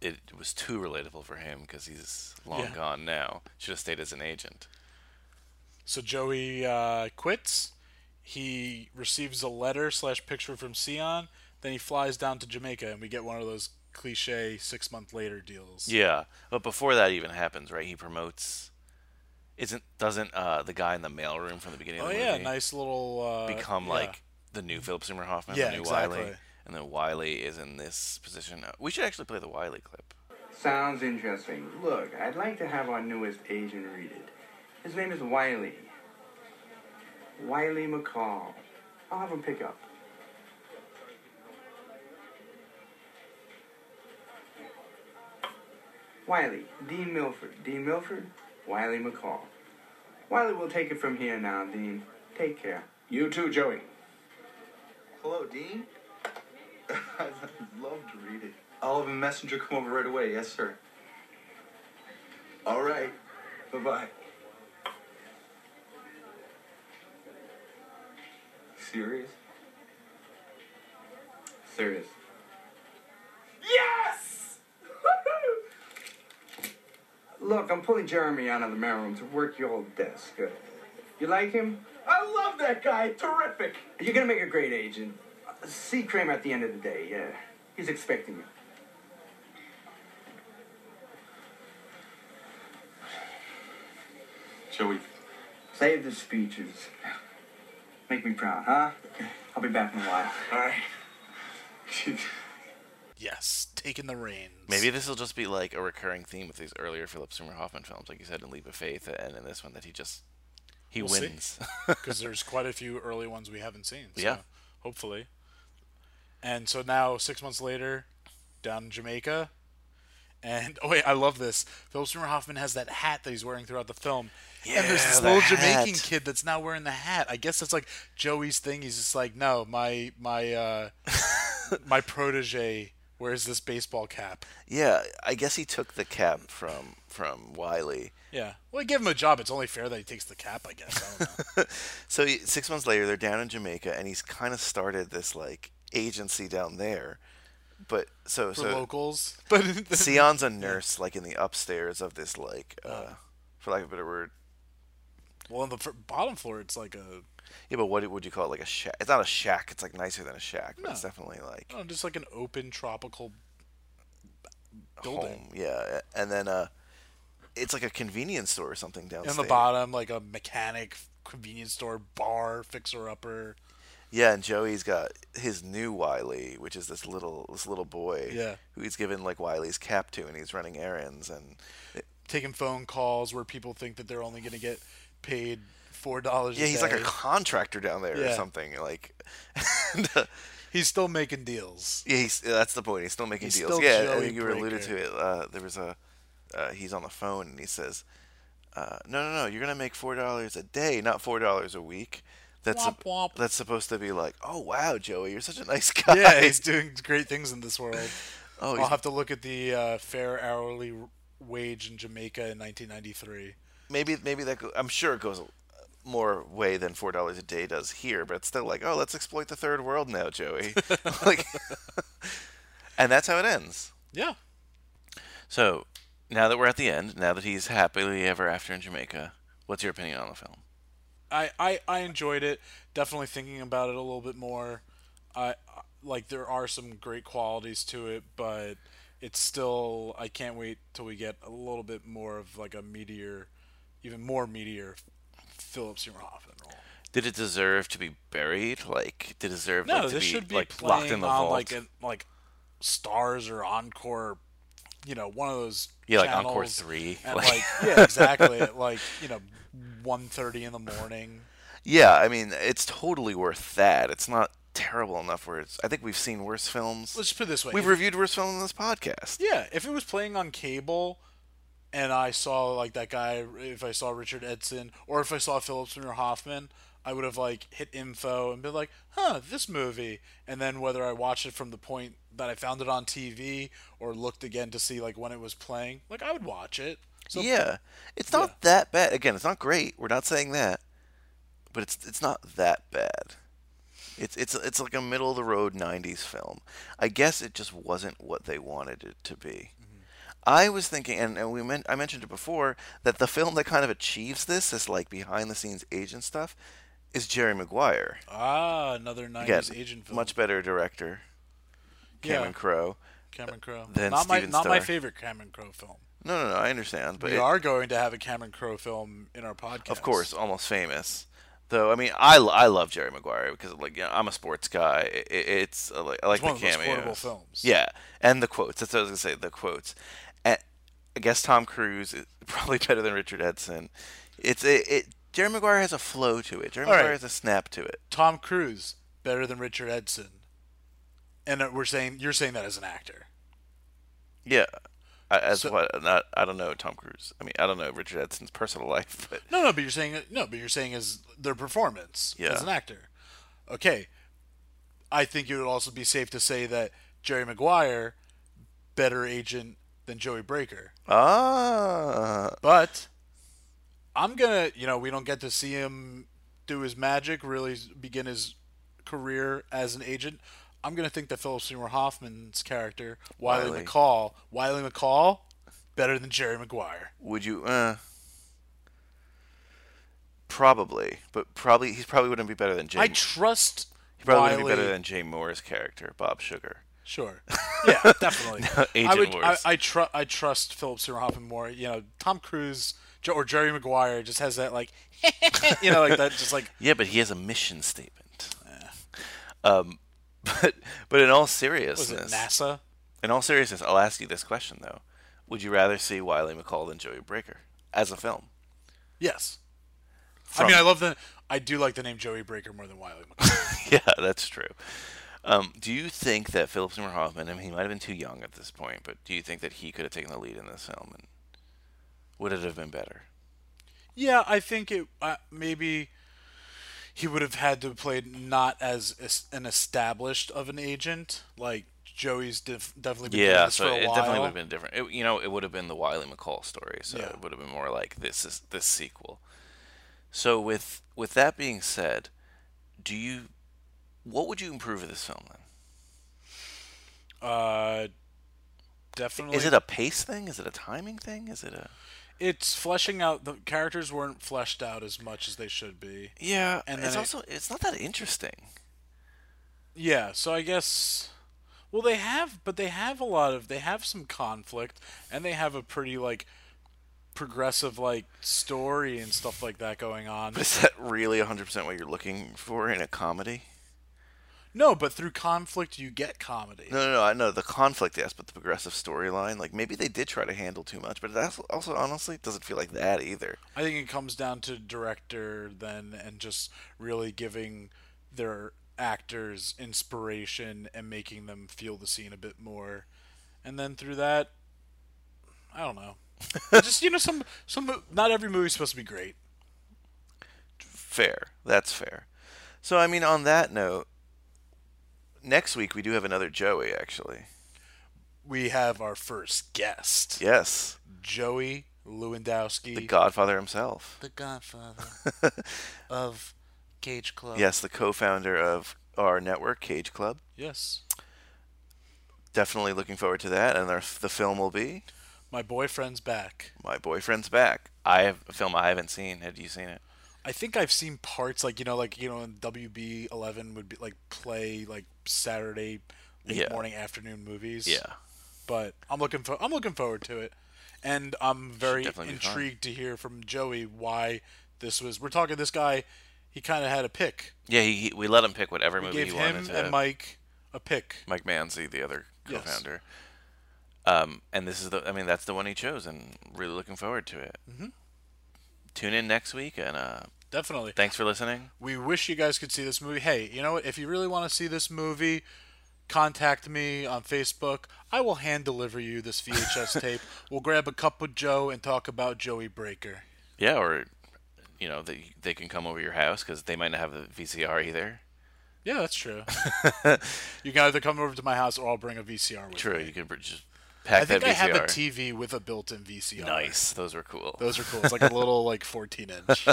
Speaker 1: it, it was too relatable for him because he's long
Speaker 2: Yeah.
Speaker 1: gone now. Should have stayed as an agent.
Speaker 2: So Joey uh, quits. He receives a letter slash picture from Sion. Then he flies down to Jamaica, and we get one of those cliche six month later deals.
Speaker 1: Yeah, but before that even happens, right? He promotes. Isn't doesn't uh, the guy in the mailroom from the beginning
Speaker 2: Oh
Speaker 1: of the
Speaker 2: yeah,
Speaker 1: movie
Speaker 2: nice little uh,
Speaker 1: become
Speaker 2: yeah.
Speaker 1: like the new Philip Seymour Hoffman,
Speaker 2: Yeah,
Speaker 1: the new Wiley,
Speaker 2: exactly.
Speaker 1: and then Wiley is in this position. We should actually play the Wiley clip.
Speaker 6: Sounds interesting. Look, I'd like to have our newest agent read it. His name is Wiley. Wiley McCall. I'll have him pick up. Wiley, Dean Milford. Dean Milford? Wiley McCall. Wiley will take it from here now, Dean. Take care. You too, Joey.
Speaker 9: Hello, Dean. I'd love to read it. I'll have a messenger come over right away. Yes, sir. All right. Bye bye. Serious?
Speaker 6: Serious.
Speaker 4: Yes!
Speaker 6: Look, I'm pulling Jeremy out of the mail room to work your old desk. Uh, You like him?
Speaker 4: I love that guy. Terrific.
Speaker 6: You're gonna make a great agent. Uh, See Kramer at the end of the day. Yeah, he's expecting you.
Speaker 9: Joey.
Speaker 6: Save the speeches. Make me proud, huh? I'll be back in a while.
Speaker 9: All right.
Speaker 2: Yes, taking the reins.
Speaker 1: Maybe this will just be like a recurring theme with these earlier Philip Seymour Hoffman films, like you said in Leap of Faith, and in this one that he just he
Speaker 2: We'll see.
Speaker 1: wins.
Speaker 2: because there's quite a few early ones we haven't seen. So
Speaker 1: Yeah.
Speaker 2: Hopefully. And so now, six months later, down in Jamaica. And oh wait, I love this. Philip Seymour Hoffman has that hat that he's wearing throughout the film, and there's this
Speaker 1: Yeah, the
Speaker 2: little Jamaican
Speaker 1: hat.
Speaker 2: kid that's now wearing the hat. I guess that's like Joey's thing. He's just like, no, my my uh, my protege wears this baseball cap.
Speaker 1: yeah, I guess he took the cap from from Wiley.
Speaker 2: Yeah, well, he gave him a job. It's only fair that he takes the cap. I guess. I don't know.
Speaker 1: So he, six months later, they're down in Jamaica, and he's kind of started this like agency down there. But so
Speaker 2: For
Speaker 1: so
Speaker 2: locals, but
Speaker 1: Sion's a nurse, like in the upstairs of this like, uh, for lack of a better word,
Speaker 2: well, on the fir- bottom floor, it's like a
Speaker 1: yeah. But what would you call it? Like a shack? It's not a shack. It's like nicer than a shack, but it's
Speaker 2: No.
Speaker 1: definitely like
Speaker 2: Oh, just like an open tropical building.
Speaker 1: home. Yeah, and then uh, it's like a convenience store or something downstairs.
Speaker 2: In the bottom, like a mechanic, convenience store, bar, fixer upper.
Speaker 1: Yeah, and Joey's got his new Wiley, which is this little this little boy.
Speaker 2: Yeah.
Speaker 1: Who he's given like Wiley's cap to, and he's running errands, and
Speaker 2: Taking phone calls where people think that they're only going to get paid four dollars.
Speaker 1: yeah, he's like a
Speaker 2: day.
Speaker 1: contractor down there or
Speaker 2: Yeah.
Speaker 1: something. Like, and, uh,
Speaker 2: he's still making deals.
Speaker 1: yeah, he's, that's the point. He's still making
Speaker 2: He's
Speaker 1: deals.
Speaker 2: still
Speaker 1: yeah, I
Speaker 2: Joey
Speaker 1: think you were alluded to
Speaker 2: Breaker.
Speaker 1: it. Uh, there was a uh, he's on the phone and he says, uh, "No, no, no, you're gonna make four dollars a day, not four dollars a week." That's
Speaker 2: Womp
Speaker 1: sup-
Speaker 2: womp.
Speaker 1: that's supposed to be like, "Oh wow, Joey, you're such a nice guy."
Speaker 2: Yeah, he's doing great things in this world.
Speaker 1: oh,
Speaker 2: I'll
Speaker 1: he's
Speaker 2: have to look at the uh, fair hourly r- wage in Jamaica in 1993.
Speaker 1: maybe maybe that go- I'm sure it goes more way than four dollars a day does here, but it's still like, oh, let's exploit the third world now, Joey. like, and that's how it ends.
Speaker 2: Yeah,
Speaker 1: So now that we're at the end, now that he's happily ever after in Jamaica, what's your opinion on the film?
Speaker 2: I, I, I enjoyed it. Definitely thinking about it a little bit more. I I- like there are some great qualities to it, but it's still I can't wait till we get a little bit more of like a meteor, even more meteor, Philip Seymour Hoffman role.
Speaker 1: Did it deserve to be buried? Like, did it deserve
Speaker 2: No,
Speaker 1: like, to
Speaker 2: this
Speaker 1: be,
Speaker 2: should be
Speaker 1: like
Speaker 2: playing
Speaker 1: locked in the
Speaker 2: on
Speaker 1: vault?
Speaker 2: like a, like stars or encore, you know, one of those
Speaker 1: Yeah, like
Speaker 2: channels
Speaker 1: Encore 3,
Speaker 2: at,
Speaker 1: like-
Speaker 2: like yeah, exactly. at, like you know, one thirty in the morning.
Speaker 1: yeah, I mean, it's totally worth that. It's not terrible enough where it's. I think we've seen worse films.
Speaker 2: Let's just put it this way:
Speaker 1: We've
Speaker 2: if-
Speaker 1: reviewed worse films in this podcast.
Speaker 2: Yeah, if it was playing on cable and I saw like that guy if I saw Richard Edson or if I saw Philip Seymour Hoffman, I would have like hit info and been like, "Huh, this movie." And then whether I watched it from the point that I found it on TV or looked again to see like when it was playing, like I would watch it. So
Speaker 1: yeah, it's not that bad. Again, it's not great. We're not saying that, but it's it's not that bad. It's it's it's like a middle of the road '90s film. I guess it just wasn't what they wanted it to be.
Speaker 2: Mm-hmm.
Speaker 1: I was thinking, and, and we men- I mentioned it before, that the film that kind of achieves this, this like behind the scenes agent stuff, is Jerry Maguire.
Speaker 2: ah, another 90s
Speaker 1: Again,
Speaker 2: agent film.
Speaker 1: much better director, Cameron
Speaker 2: yeah,
Speaker 1: Crowe.
Speaker 2: Cameron Crowe.
Speaker 1: than
Speaker 2: Not my
Speaker 1: Steven
Speaker 2: not my
Speaker 1: Starr.
Speaker 2: favorite Cameron Crowe film.
Speaker 1: No, no, no. I understand, but
Speaker 2: We
Speaker 1: it-
Speaker 2: are going to have a Cameron Crowe film in our podcast.
Speaker 1: Of course, almost famous. Though I mean, I, lo- I love Jerry Maguire because like you know, I'm a sports guy. I i it's uh, like I like
Speaker 2: It's one
Speaker 1: the
Speaker 2: of the most
Speaker 1: cameos.
Speaker 2: quotable films.
Speaker 1: Yeah, and the quotes. That's what I was gonna say. The quotes. And I guess Tom Cruise is probably better than Richard Edson. It's it. it Jerry Maguire has a flow to it. Jerry
Speaker 2: All
Speaker 1: Maguire
Speaker 2: right.
Speaker 1: has a snap to it.
Speaker 2: Tom Cruise better than Richard Edson, and uh, we're saying you're saying that as an actor.
Speaker 1: Yeah, I, that's what not I don't know Tom Cruise. I mean I don't know Richard Edson's personal life, but
Speaker 2: No, no, but you're saying no, but you're saying is their performance
Speaker 1: Yeah.
Speaker 2: as an actor. Okay, I think it would also be safe to say that Jerry Maguire better agent than Joey Breaker,
Speaker 1: ah
Speaker 2: but I'm gonna you know we don't get to see him do his magic, really begin his career as an agent. I'm gonna think that Philip Seymour Hoffman's character Wiley,
Speaker 1: Wiley.
Speaker 2: McCall, Wiley McCall, better than Jerry Maguire.
Speaker 1: would you? Uh, probably, but probably he probably wouldn't be better than Jay.
Speaker 2: I trust.
Speaker 1: he probably
Speaker 2: Wiley.
Speaker 1: wouldn't be better than Jay Moore's character, Bob Sugar.
Speaker 2: Sure. Yeah, definitely. I
Speaker 1: Agent
Speaker 2: would. I,
Speaker 1: Wars.
Speaker 2: I, tru- I trust Philip Seymour Hoffman more. You know, Tom Cruise Jo- or Jerry Maguire just has that like, you know, like that just like
Speaker 1: Yeah, but he has a mission statement. Um, but but in all
Speaker 2: was it
Speaker 1: seriousness,
Speaker 2: NASA?
Speaker 1: in all seriousness, I'll ask you this question though: Would you rather see Wiley McCall than Joey Breaker as a film?
Speaker 2: Yes. I
Speaker 1: From-
Speaker 2: mean, I love the. I do like the name Joey Breaker more than Wiley McCall.
Speaker 1: yeah, that's true. Um, do you think that Philip Seymour Hoffman? I mean, he might have been too young at this point, but do you think that he could have taken the lead in this film, and would it have been better?
Speaker 2: yeah, I think it uh, maybe he would have had to play not as es- an established of an agent like Joey's def- definitely been doing
Speaker 1: Yeah,
Speaker 2: this
Speaker 1: so
Speaker 2: for a
Speaker 1: it
Speaker 2: while.
Speaker 1: definitely would have been different. It, you know, it would have been the Wiley McCall story, so
Speaker 2: Yeah.
Speaker 1: it would have been more like this is this sequel. So with with that being said, do you what would you improve of this film then?
Speaker 2: Uh, definitely.
Speaker 1: Is it a pace thing? Is it a timing thing? Is it a
Speaker 2: it's fleshing out the characters weren't fleshed out as much as they should be.
Speaker 1: yeah?
Speaker 2: and
Speaker 1: And
Speaker 2: then
Speaker 1: it's
Speaker 2: it-
Speaker 1: also it's not that interesting.
Speaker 2: Yeah, so I guess well they have but they have a lot of they have some conflict and they have a pretty like progressive like story and stuff like that going on.
Speaker 1: But is that really 100 percent what you're looking for in a comedy?
Speaker 2: No, but through conflict you get comedy.
Speaker 1: No, no, no. I know the conflict yes, but the progressive storyline. Like maybe they did try to handle too much, but that's also honestly it doesn't feel like that either.
Speaker 2: I think it comes down to director then and just really giving their actors inspiration and making them feel the scene a bit more. And then through that, I don't know. just you know some some mo- not every movie's supposed to be great.
Speaker 1: Fair. That's fair. So I mean, on that note, next week we do have another Joey actually.
Speaker 2: We have our first guest,
Speaker 1: Yes,
Speaker 2: Joey Lewandowski,
Speaker 1: the Godfather himself.
Speaker 2: the Godfather of Cage Club.
Speaker 1: Yes, the co-founder of our network, Cage Club.
Speaker 2: Yes.
Speaker 1: Definitely looking forward to that. And our, the film will be
Speaker 2: My boyfriend's back.
Speaker 1: My Boyfriend's Back. I have a film I haven't seen. Had you seen it?
Speaker 2: I think I've seen parts like you know, like you know, in WB Eleven would be like play like Saturday late
Speaker 1: Yeah.
Speaker 2: morning afternoon movies. but I'm looking for I'm looking forward to it, and I'm very
Speaker 1: definitely be fun.
Speaker 2: intrigued to hear from Joey why this was. We're talking this guy. He kind of had a pick.
Speaker 1: Yeah, he, he, we let him pick whatever
Speaker 2: We
Speaker 1: movie
Speaker 2: gave
Speaker 1: he
Speaker 2: him
Speaker 1: wanted to.
Speaker 2: and Mike a pick.
Speaker 1: Mike Manzi, the other
Speaker 2: Yes.
Speaker 1: co-founder. Um, and this is the, I mean, that's the one he chose, and really looking forward to it. Mm-hmm. Tune in next week, and uh,
Speaker 2: Definitely.
Speaker 1: thanks for listening.
Speaker 2: we wish you guys could see this movie. Hey, you know what? If you really want to see this movie, contact me on Facebook. I will hand deliver you this VHS tape. We'll grab a cup with Joe and talk about Joey Breaker.
Speaker 1: Yeah, or you know, they they can come over your house because they might not have the VCR either.
Speaker 2: Yeah, that's true. you can either come over to my house or I'll bring a VCR with
Speaker 1: True,
Speaker 2: me.
Speaker 1: you can br- just pack
Speaker 2: I think
Speaker 1: that
Speaker 2: I
Speaker 1: VCR.
Speaker 2: have a TV with a built-in VCR.
Speaker 1: Nice, those were cool.
Speaker 2: Those are cool. It's like a little like 14 inch.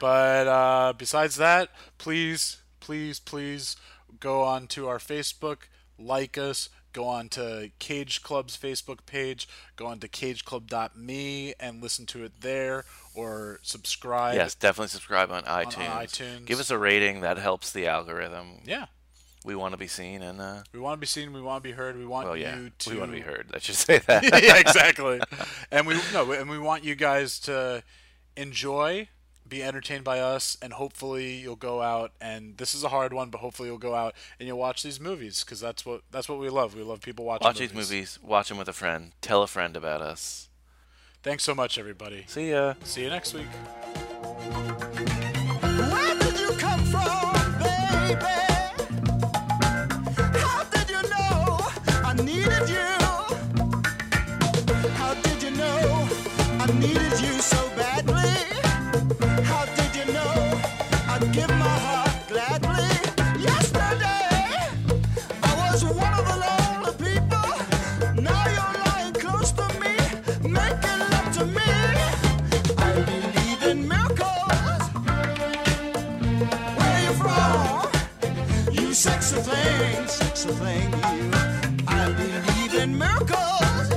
Speaker 2: but uh, besides that, please, please, please go on to our Facebook, like us, go on to Cage Club's Facebook page, go on to cageclub.me and listen to it there or subscribe.
Speaker 1: Yes, definitely subscribe on iTunes.
Speaker 2: iTunes.
Speaker 1: Give us a rating; that helps the algorithm.
Speaker 2: Yeah.
Speaker 1: We want to be seen, and uh,
Speaker 2: We want to be seen. We want to be heard. We want
Speaker 1: well, Oh, yeah,
Speaker 2: you to.
Speaker 1: we want to be heard. I should say that.
Speaker 2: yeah, exactly. And we no, and we want you guys to enjoy, be entertained by us, and hopefully you'll go out and this is a hard one, but hopefully you'll go out and you'll watch these movies because that's what that's what we love. We love people watching
Speaker 1: Watch these movies. Watch them with a friend. Tell a friend about us.
Speaker 2: Thanks so much, everybody.
Speaker 1: See ya.
Speaker 2: See you next week.
Speaker 4: Where did you come from, baby? How did you know I needed you?
Speaker 10: sexy thing, sexy thing. You. I believe in miracles.